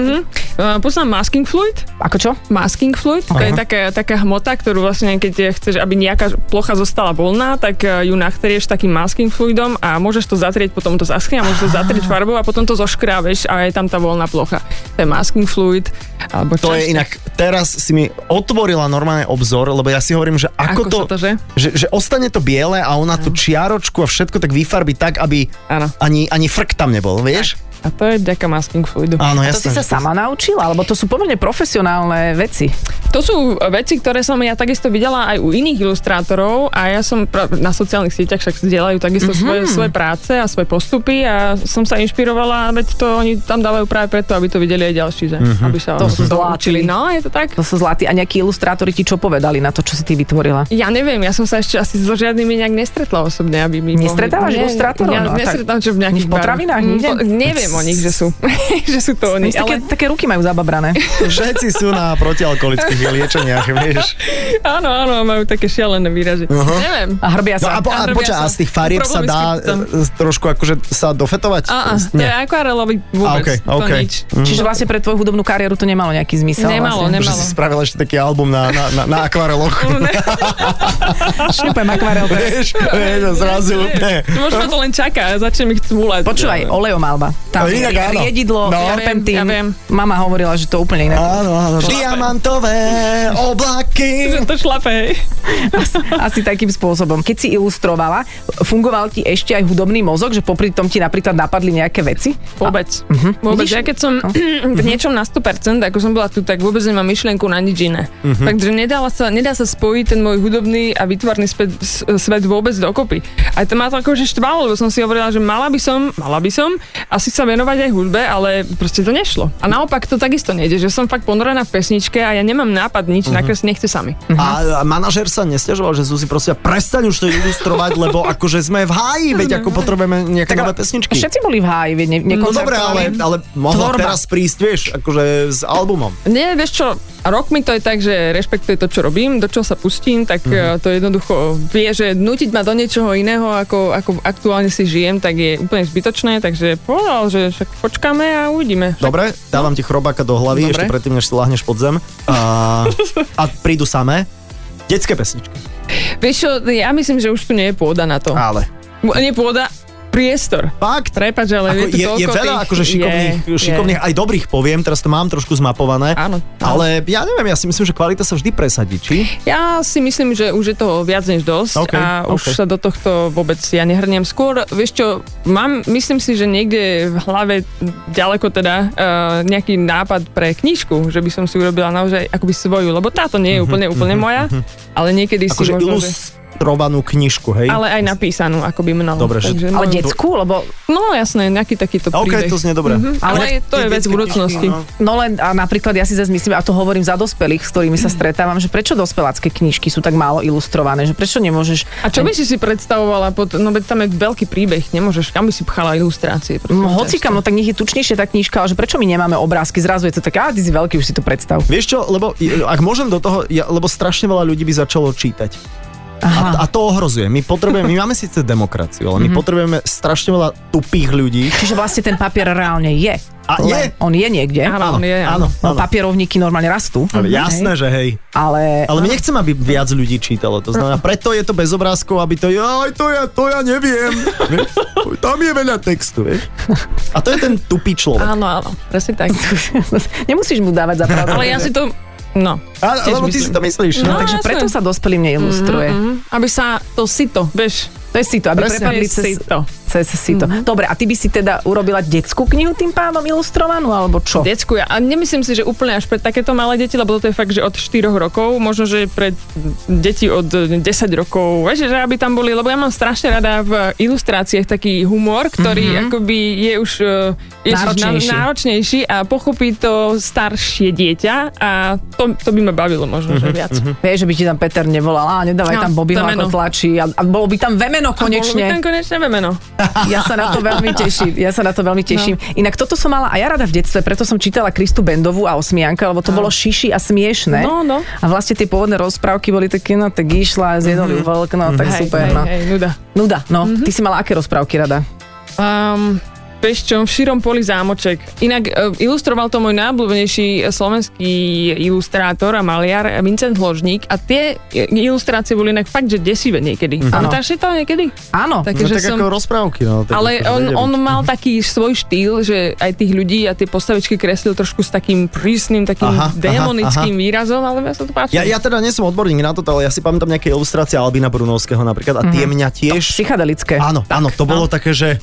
D: Uh, poznám masking fluid.
B: Ako čo?
D: Masking fluid, to je taká, taká hmota, ktorú vlastne, keď je- chceš, aby nejaká plocha zostala voľná, tak eh, ju nachtrieš takým masking fluidom a môžeš to zatrieť, potom to zaschne a môžeš to zatrieť farbou a potom to zoškrábeš a je tam tá voľná plocha. To je masking fluid. Alebo
A: To
D: čas-
A: je inak, teraz si mi otvorila normálne obzor, lebo ja si hovorím, že ako,
D: Ako, to, sa to, Mhm. že?
A: že, že ostane to biele a ona tú čiaročku a všetko tak vyfarbí tak, aby
D: Áno.
A: ani, ani frk tam nebol, vieš?
D: A to je vďaka masking fluidu.
A: Áno,
B: To si
A: jasné. že
B: sa
A: to-
B: sama naučila, lebo to sú pomerne profesionálne veci.
D: To sú eh, veci, ktoré som ja takisto videla aj u iných ilustrátorov a ja som pra- na sociálnych sieťach však zdieľajú takisto
B: Mhm.
D: mm-hmm. svoje, svoje práce a svoje postupy a som sa inšpirovala, veď to oni tam dávajú práve preto, aby to videli aj ďalší, že? Mm-hmm. Aby sa
B: Mhm. To sú zlatí.
D: učili. No, je to tak?
B: To sú zlatí. A nejakí ilustrátori ti čo povedali na to, čo si ty vytvorila?
D: Ja neviem, ja som sa ešte asi so žiadnymi nejak nestretla osobne, aby mi
B: Nestretávaš
D: mohli... Nie,
B: ilustrátorov?
D: Ja
B: No, tak-
D: nestretám, že v
B: Ani
D: nejakých
B: v potravinách,
D: baroch.
B: nikde?
D: Mm, po- Neviem o nich, že sú. že sú to
B: Oni,
D: oni.
B: také,
D: Ale,
B: také ruky majú zababrané.
A: Všetci sú na protialkoholických liečeniach, vieš?
D: áno, áno, majú také šialené výrazy.
A: Aha.
D: Neviem.
B: A hrbia
A: No a,
B: sa.
A: po, a
D: Robia
A: počkaj, a
D: sa.
A: z tých farieb sa
D: Problémy s
A: dá
D: kryptom.
A: e, trošku akože sa dofetovať?
D: A, a, to je
A: Nie.
D: akvarelový vôbec.
A: A, okej,
D: to
A: okej.
D: nič.
B: Čiže vlastne pre tvoju hudobnú kariéru to nemalo nejaký zmysel.
D: Mhm. Nemalo,
B: vlastne.
A: Že si spravila ešte taký album na, na, na, na akvareloch.
B: Šňupem akvarel. teraz.
A: vieš, vieš, a zrazu úplne.
D: Možno to len čaká, začne mi cmúľať.
B: Počúvaj, olejom alba.
A: No
B: Tam je
A: inak áno.
B: riedidlo,
A: No.
B: terpentín.
D: Ja viem, ja viem.
B: Mama hovorila, že to úplne iné.
A: Áno, áno. Diamantové oblaky.
D: Že to šlape, hej.
B: Asi takým spôsobom. Keď si ilustrovala, fungoval ti ešte aj hudobný mozog, že popri tom ti napríklad napadli nejaké veci?
A: Hm.
D: Vôbec. Uh-huh.
B: mhm.
D: Vôbec.
B: Vidíš? No. Mhm.
D: Ja keď som v niečom na 100%, ako som bola tu, tak vôbec nemám myšlienku na nič iné. Uh-huh. Takže nedala sa, nedá sa spojiť ten môj hudobný a vytvarný svet, s- svet vôbec dokopy. A to ma to akože štvalo, lebo som si hovorila, že mala by som, mala by som asi sa venovať aj hudbe, ale proste to nešlo. A naopak to takisto nejde, že som fakt ponorená v pesničke a ja nemám nápad nič, uh-huh. nakres nechce sami.
A: A manažer sa nestiažoval, že Zuzi proste prestaň už to ilustrovať, lebo akože sme v háji, veď
B: Mhm.
A: ako potrebujeme nejaké nové pesničky.
B: Všetci boli v háji, vie, ne,
A: No dobre, ale, ale mohla
B: Tvorba.
A: teraz prísť, vieš, akože s albumom.
D: Nie, vieš čo, rok mi to je tak, že rešpektuje to, čo robím, do čoho sa pustím, tak
A: Mhm.
D: mm. to jednoducho vie, že nutiť ma do niečoho iného, ako, ako aktuálne si žijem, tak je úplne zbytočné, takže povedal, že však počkáme a uvidíme.
A: Dobre, dávam ti chrobáka do hlavy,
D: Dobre.
A: ešte predtým, než si lahneš pod zem. A, a prídu samé detské pesničky.
D: Vieš čo, ja myslím, že už tu nie je pôda na to. A.
A: Ale
D: Nie pôda, priestor.
A: fakt,
D: Prepač, ale
A: ako
D: je tu
A: je, je
D: toľko
A: veľa
D: tých-
A: akože šikovných,
D: je,
A: šikovných aj dobrých poviem, teraz to mám trošku zmapované.
D: Áno.
A: Ale ja neviem, ja si myslím, že kvalita sa vždy presadí, či?
D: Ja si myslím, že už je toho viac než dosť
A: OK,
D: okay, a už
A: OK.
D: sa do tohto vôbec ja nehrniem. Skôr, vieš čo, mám, myslím si, že niekde v hlave ďaleko teda uh, nejaký nápad pre knižku, že by som si urobila naozaj akoby svoju, lebo táto nie je úplne, úplne moja, ale niekedy si
A: Mhm, Akože
D: možno, že,
A: ilustrovanú knižku, hej?
D: ale aj napísanú akoby mnou.
A: Dobre, že-
D: Takže
B: Ale
D: mám-
B: detskú, lebo
D: No jasné, nejaký takýto
A: OK,
D: príbeh. Mhm.
A: to znie dobre.
D: Ale
A: Inak
D: to je
A: tie
D: vec
A: detské
D: budúcnosti.
A: knižky,
B: No len a napríklad ja si zase myslím, a to hovorím za dospelých, s ktorými sa stretávam, že prečo dospelácké knižky sú tak málo ilustrované, že prečo nemôžeš...
D: A čo by si si predstavovala? Pod, no veď tam je veľký príbeh, nemôžeš, kam by si pchala ilustrácie? prosím ťa,
B: Hoci kam, no
D: ešte?
B: tak nech je tučnejšia tá knižka, ale že prečo my nemáme obrázky, zrazu je to také, a ty si veľký, už si to predstav.
A: Vieš čo, lebo e, ak môžem do toho, ja, lebo strašne veľa ľudí by začalo čítať. A, a
B: Aha.
A: to ohrozuje. My potrebujeme, my máme síce demokraciu, ale my
D: Mhm.
A: potrebujeme strašne veľa tupých ľudí.
B: Čiže vlastne ten papier reálne je.
A: A
B: Len
A: je.
B: On je niekde.
D: Áno, je,
A: áno,
D: áno.
A: áno.
B: No, papierovníky normálne rastú.
A: Ale jasné, že hej.
B: Ale,
A: Ale my nechcem, aby viac ľudí čítalo. To znamená, preto je to bez obrázkov, aby to, jaj, to ja, to ja neviem. Vieš? Tam je veľa textu, vieš. A to je ten tupý človek.
D: Áno, áno, presne tak.
B: nemusíš mu dávať za pravdu.
D: Ale ja si to... No.
A: A,
D: tiež
A: lebo ty si
D: myslím.
A: to myslíš.
D: No,
A: No,
B: Takže
D: jasné.
B: preto sa dospelým neilustruje.
D: Mhm. Aby sa to sito, vieš.
B: To je si to, aby
D: mm-hmm. Presne,
B: prepadli
D: je
B: cez,
D: sito. Mm-hmm.
B: cez sito. Dobre, a ty by si teda urobila detskú knihu tým pánom ilustrovanú, alebo čo?
D: Decku, ja a nemyslím si, že úplne až pre takéto malé deti, lebo toto je fakt, že od 4 rokov, možno, že pre deti od 10 rokov, vieš, že aby tam boli, lebo ja mám strašne rada v ilustráciách taký humor, ktorý mm-hmm. akoby je už eh, ježiš,
B: Náročnejší.
D: ná- náročnejší a pochopí to staršie dieťa a to, to by ma bavilo možno, že viac.
B: Vieš, že by ti tam Peter nevolal, a nedávaj
D: No,
B: tam Bobbyho
D: to
B: ako
D: meno.
B: tlačí a, a bolo by tam vemeno
D: A bolo by tam
B: konečne.
D: konečne no. vemeno.
B: Ja sa na to veľmi teším. Ja sa na to veľmi teším. No. Inak toto som mala aj ja rada v detstve, preto som čítala Kristu Bendovú a Osmianka, lebo to no. bolo šiši a smiešne.
D: No, no.
B: A vlastne tie pôvodné rozprávky boli také, no tak išla, zjedol ju vlk, no tak
D: Mhm. Hej,
B: super.
D: hej, Mhm.
B: no.
D: hej, nuda.
B: Nuda, no. Ty si mala aké rozprávky rada?
D: Um, vieš čo, v širom poli zámoček. Inak uh, ilustroval to môj najobľúbenejší e, slovenský ilustrátor a maliar e, Vincent Hložník a tie e, ilustrácie boli inak fakt, že desivé niekedy. Mm.
B: Áno.
D: On tam šetal niekedy?
B: Áno.
D: Také,
A: Mhm. no
D: že
A: tak
D: som...
A: ako rozprávky. No, tak
D: Ale
A: akože
D: on,
A: vedeli.
D: on mal taký svoj štýl, že aj tých ľudí a tie postavičky kreslil trošku s takým prísnym, takým
A: Aha, aha,
D: aha, demonickým aha, výrazom, ale mňa sa to páčilo.
A: Ja, ja teda nie som odborník na to, ale ja si pamätám nejaké ilustrácie Albina Brunovského napríklad a tie
D: Mhm.
A: mňa tiež...
B: Psychadelické.
A: Áno, áno, to bolo
D: No.
A: také, že...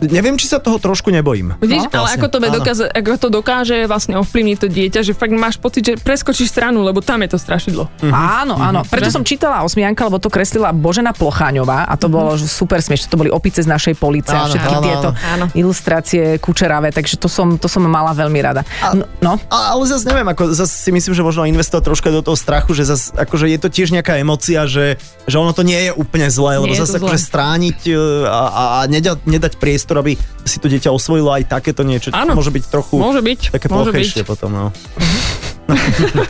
A: Neviem, či sa toho trošku nebojím.
D: Vidíš,
A: No,
D: ale
A: vlastne,
D: ako to,
A: áno.
D: dokáže, ako to dokáže vlastne ovplyvniť to dieťa, že fakt máš pocit, že preskočíš stranu, lebo tam je to strašidlo.
A: mhm.
B: Áno,
D: Mhm.
B: áno. Preto som čítala Osmianka, lebo to kreslila Božena Plocháňová a to bolo že super smiešne. To boli opice z našej police a
A: Áno,
B: všetky
A: áno,
B: tieto
D: Mhm. áno.
B: ilustrácie kučeravé, takže to som, to som mala veľmi rada. No, no.
A: A, ale zase neviem, ako zase si myslím, že možno investovať troška do toho strachu, že zase, akože je to tiež nejaká emocia, že, že ono to nie je úplne zlé, lebo
D: Nie je to
A: zase
D: zlé.
A: akože strániť e, a, a, a nedať, nedať priestor, aby si to dieťa osvojilo aj takéto niečo. čo
D: Áno.
A: Môže byť trochu
D: Môže byť,
A: také
D: môže
A: plochejšie
D: byť.
A: potom. No.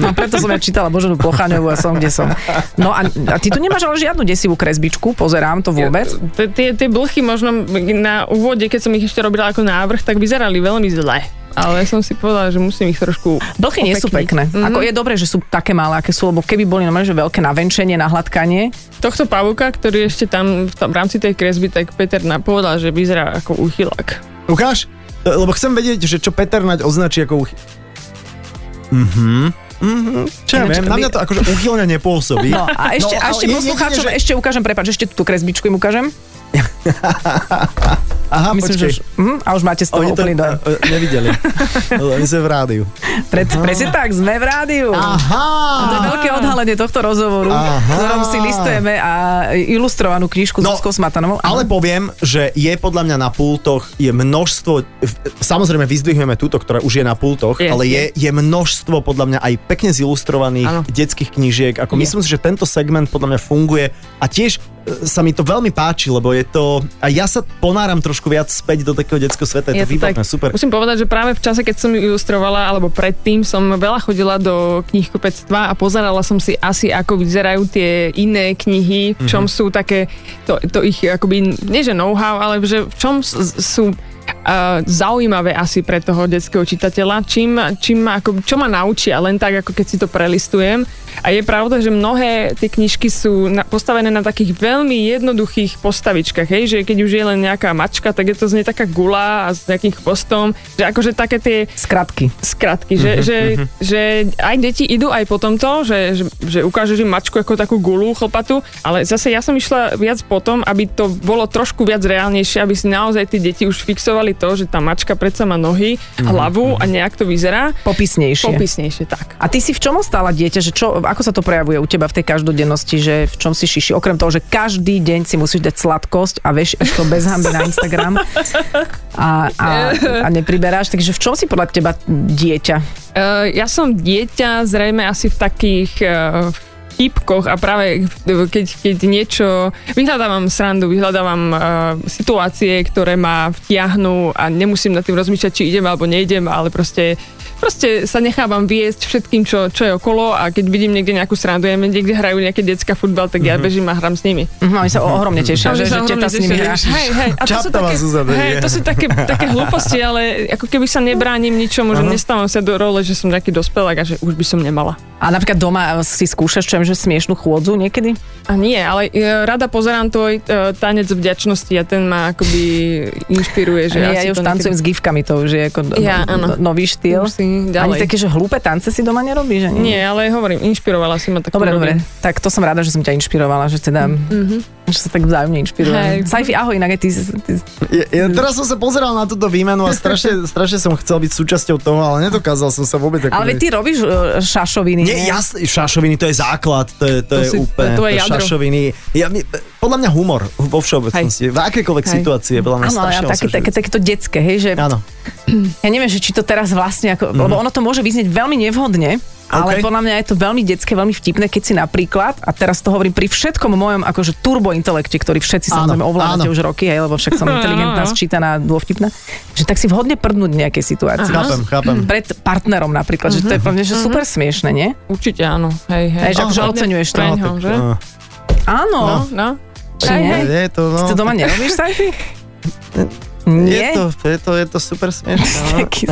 B: No, preto som ja čítala Boženu Plocháňovú a som, kde som. No a, a ty tu nemáš ale žiadnu desivú kresbičku, pozerám to vôbec.
D: T- Tie, tie blchy možno na úvode, keď som ich ešte robila ako návrh, tak vyzerali veľmi zle. Ale som si povedala, že musím ich trošku...
B: Blchy nie sú pekné.
D: opekniť. Mhm.
B: Ako je dobré, že sú také malé, aké sú, lebo keby boli normálne, že veľké na venčenie, na hladkanie,
D: Tohto pavuka, ktorý ešte tam v, tam v rámci tej kresby, tak Peter nám povedal, že vyzerá ako uchylák.
A: Ukáž? E, Lebo chcem vedieť, že čo Peter Naď označí ako... Uch... Mhm. Čo ja viem, na mňa to akože uchylne nepôsobí.
B: No a ešte, no, a
A: ale
B: ešte
A: je-
B: poslucháčom,
A: jedine, že-
B: ešte ukážem, prepáč, ešte túto kresbičku im ukážem.
A: Aha,
B: Myslím, že
A: počkej.
B: už, hm, a už máte z toho
A: Oni to
B: úplný dojem.
A: e, nevideli. Oni sa v rádiu.
B: Pred, presne tak, sme v rádiu. To je
A: Aha!
B: veľké odhalenie tohto rozhovoru,
A: Aha.
B: v ktorom si listujeme a ilustrovanú knižku no,
A: No,
B: Zuzkou Smatanovou.
A: Ale poviem, že je podľa mňa na pultoch, je množstvo, v- samozrejme vyzdvihujeme túto, ktorá už je na pultoch,
D: Je,
A: ale je, je množstvo podľa mňa aj pekne zilustrovaných
D: Áno.
A: detských knížiek. Ako myslím si, že tento segment podľa mňa funguje a tiež e, sa mi to veľmi páči, lebo je to... A ja sa ponáram trošku viac späť do takého detského sveta, je, to výborné, super.
D: Musím povedať, že práve v čase, keď som ju ilustrovala, alebo predtým som veľa chodila do knihkupectva a pozerala som si asi, ako vyzerajú tie iné knihy,
A: Mhm.
D: v čom sú také, to, to ich akoby, nie že know-how, ale že v čom s- sú Uh, zaujímavé asi pre toho detského čitateľa, čím, čím ma, ako, čo ma naučia, len tak, ako keď si to prelistujem. A je pravda, že mnohé tie knižky sú na, postavené na takých veľmi jednoduchých postavičkách, hej, že keď už je len nejaká mačka, tak je to z nej taká gula a s nejakým chvostom, že akože také tie
B: Skratky.
D: skratky, že, že, že aj deti idú aj po tomto, že, že, že ukážeš im mačku ako takú gulu chlpatu, ale zase ja som išla viac po tom, aby to bolo trošku viac reálnejšie, aby si naozaj tí deti už fixovali to, že tá mačka predsa má nohy, hlavu a nejak to vyzerá.
B: Popisnejšie.
D: Popisnejšie, tak.
B: A ty si v čom ostala dieťa? Že čo, ako sa to prejavuje u teba v tej každodennosti? Že v čom si šiši? Okrem toho, že každý deň si musíš dať sladkosť a veš to bez hamby na Instagram a, a, a nepriberáš. Takže v čom si podľa teba dieťa?
D: Uh, ja som dieťa zrejme asi v takých uh, vtipkoch a práve eh, keď, keď niečo... Vyhľadávam srandu, vyhľadávam uh, situácie, ktoré ma vtiahnú a nemusím nad tým rozmýšľať, či idem alebo neidem, ale proste, proste sa nechávam viesť všetkým, čo, čo je okolo a keď vidím niekde nejakú srandu, ja niekde hrajú nejaké detská futbal, tak ja bežím a hrám s nimi.
B: Mhm, oni sa ohromne tešia,
D: A
B: že,
D: sa
B: že
D: ohromne
B: teta s nimi
D: tešia,
B: hrá.
D: že- Hej, hej, a to sú
A: Čaptala
D: také,
A: Zuzana,
D: hej,
A: je.
D: to sú také, také hlúposti, ale ako keby sa nebránim ničomu, že nestávam sa do role, že som nejaký dospelák a že už by som nemala.
B: A napríklad doma si skúšaš, čo viem, že smiešnú chôdzu niekedy?
D: A nie, ale e, rada pozerám tvoj e, tanec vďačnosti a ten ma akoby inšpiruje,
B: Že
D: že
B: ja,
D: asi
B: ja
D: to
B: už tancujem s gifkami, to už je ako no-
D: Ja, áno.
B: no, nový štýl.
D: Už si
B: Ani
D: ďalej.
B: také, že hlúpe tance si doma nerobíš? Ani?
D: Nie, ale hovorím, inšpirovala si ma tak.
B: Dobre, dobre. Tak to som rada, že som ťa inšpirovala, že teda, že sa tak vzájomne inšpirujeme.
D: Mhm. Hej.
B: Saifi, ahoj, inak aj ty, ty
A: Ja, ja teraz som sa pozeral na túto výmenu a strašne, strašne som chcel byť súčasťou toho, ale nedokázal som sa vôbec... akože-
B: ale veď ty robíš uh, šašoviny.
A: Nie, jasne, šašoviny to je základ, to je, to
D: No. To
A: je
D: si-
A: úplne,
D: to je jadro.
A: šašoviny. Ja, mi- podľa mňa humor vo všeobecnosti, v akékoľvek
D: Hej.
A: situácii je podľa mňa
B: Áno, ale
A: strašne
B: také, také,
A: osvežujúce.
B: takéto detské, hej, že
A: Áno.
B: ja neviem, že či to teraz vlastne, ako, lebo ono to môže vyznieť veľmi nevhodne, ale
A: Mhm. OK.
B: podľa mňa je to veľmi detské, veľmi vtipné, keď si napríklad, a teraz to hovorím pri všetkom mojom akože turbointelekte, ktorý všetci
A: Áno,
B: samozrejme ovládate
A: áno.
B: už roky, hej, lebo však som inteligentná,
D: áno.
B: sčítaná, dôvtipná, že tak si vhodne prdnúť v nejakej situácii.
A: Chápem, chápem.
D: Mm-hmm.
B: Pred partnerom napríklad, že to je pre mňa že super smiešne, nie?
D: Určite áno. Hej, hej.
B: Hej, že akože
D: Hlavne
B: oceňuješ to.
A: No,
D: preň ho, že?
A: Áno.
D: No,
B: Áno.
D: no.
B: Či
D: Hej,
B: nie?
D: hej.
A: Je to, no,
B: Ty to doma nerobíš, Saifi? Nie?
A: je, to, je, to, je to super smiešné. no.
B: Taký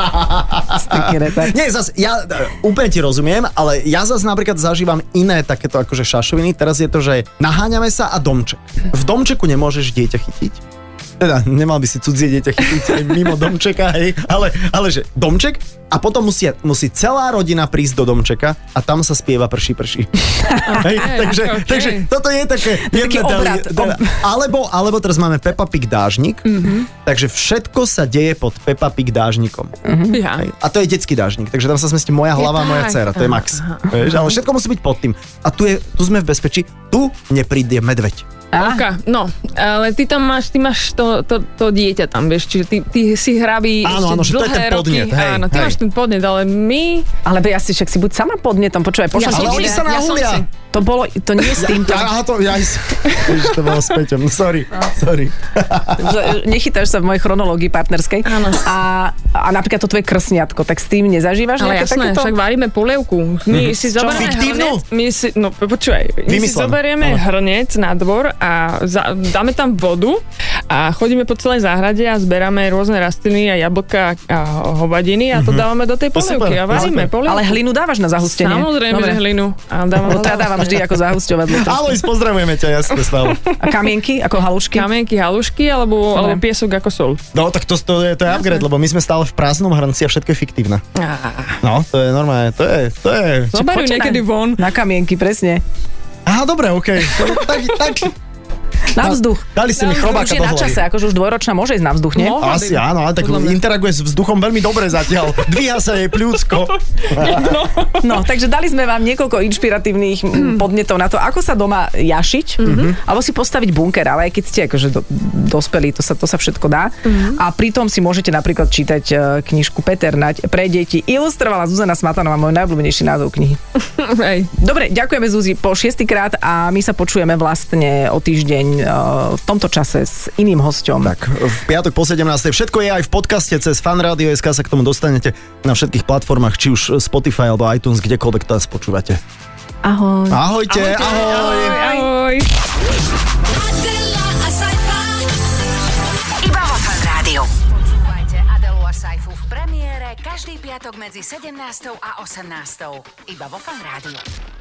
B: sa- taký retard.
A: Nie, zas, ja e, úplne ti rozumiem, ale ja zas napríklad zažívam iné takéto akože šašoviny. Teraz je to, že naháňame sa a domček. V domčeku nemôžeš dieťa chytiť. Teda nemal by si cudzie dieťa chytiť aj mimo domčeka, hej, ale, ale že domček a potom musí, musí celá rodina prísť do domčeka a tam sa spieva prší prší. hej, takže,
D: okay.
A: takže toto je také... jemné
B: taký
A: deli-
B: obrad,
A: deli- alebo, alebo teraz máme Peppa Pig dážnik, takže všetko sa deje pod Peppa Pig dážnikom.
D: Ja.
A: Hej. A to je detský dážnik, takže tam sa zmestí moja hlava a moja
D: tak.
A: dcera, to je max. Vieš, ale všetko musí byť pod tým. A tu, je, tu sme v bezpečí, tu nepríde medveď.
B: Á,
D: Oka, no, ale ty tam máš, ty máš to, to, to dieťa tam, vieš, čiže ty, ty si hrabí
A: Áno, áno, že to je ten podnet, hej,
D: áno, ty
A: hej.
D: máš ten podnet, ale my,
B: Ale ja si však si buď sama podnetom, počúvaj, pošla
D: Ja
B: ti
A: ale
D: som
A: oni
D: si-
A: sa
D: ja som
A: nahulia.
D: si.
B: To bolo, to nie s týmto,
A: Aha, to, ja, Ježiš, to bolo s Peťom, sorry, sorry.
B: že nechytáš sa v mojej chronológii partnerskej.
D: Áno.
B: A, a napríklad to tvoje krsniatko, tak s tým nezažívaš
D: ale
B: nejaké
D: jasné,
B: takéto?
D: však varíme
A: Mhm.
D: polievku. My si zoberieme
A: Fiktívnu?
D: hrnec, my si, no počúvaj, my si
A: Vymyslenú,
D: zoberieme
A: áno.
D: hrnec na dvor a za, dáme tam vodu a chodíme po celej záhrade a zberáme rôzne rastliny a jablka a hovadiny a to dávame do
A: Mhm.
D: tej
A: To super,
D: polievky a varíme
A: super.
D: polievku.
B: Ale hlinu dávaš na zahustenie.
D: Samozrejme,
B: Dobre.
D: že hlinu. A dávam
B: Lebo teda- to ja dávam vždy ako zahusťovadlo.
A: Alois, pozdravujeme ťa, jasne, Slavo.
B: A kamienky, ako halušky.
D: kamienky, halušky alebo, alebo piesok ako sol.
A: No tak to, to, je, to je upgrade, lebo my sme stále v prázdnom hrnci a všetko je fiktívne. No, to je normálne, to je, to je...
D: Zoberú
B: Poďte na-
D: niekedy von.
B: Na kamienky, presne.
A: Aha, dobre, okej. Okay. Tak, tak,
B: Na vzduch.
A: dali ste mi
B: Už
A: chrobáka
B: je
A: do
B: na čase,
A: hlavy.
B: akože už dvojročná môže ísť na vzduch, nie?
D: No.
A: Asi áno, ale tak
D: Podľa mňa.
A: interaguje s vzduchom veľmi dobre zatiaľ. Dvíha sa jej pľúcko.
B: No, takže dali sme vám niekoľko inšpiratívnych mm,
A: Mhm.
B: podnetov na to, ako sa doma jašiť, mhm, alebo si postaviť bunker, ale aj keď ste akože do, dospelí, to sa, to sa všetko dá.
A: Mhm.
B: A pritom si môžete napríklad čítať e, knižku Peter Nať pre deti. Ilustrovala Zuzana Smatanová, môj najobľúbenejší názov knihy.
D: Hej.
B: Dobre, ďakujeme Zuzi po šiestýkrát a my sa počujeme vlastne o týždeň e, v tomto čase s iným hosťom.
A: Tak, v piatok po 17. Všetko je aj v podcaste cez fanradio.sk sa k tomu dostanete na všetkých platformách, či už Spotify alebo iTunes, kdekoľvek to nás počúvate.
B: Ahoj.
A: Ahojte, ahoj. ahoj.
D: Ahoj. ahoj.
E: Adela a
C: Iba vo Fan Rádiu. Počúvajte Adelu a Saifu v premiére každý piatok medzi 17. a 18. Iba vo Fan Rádiu.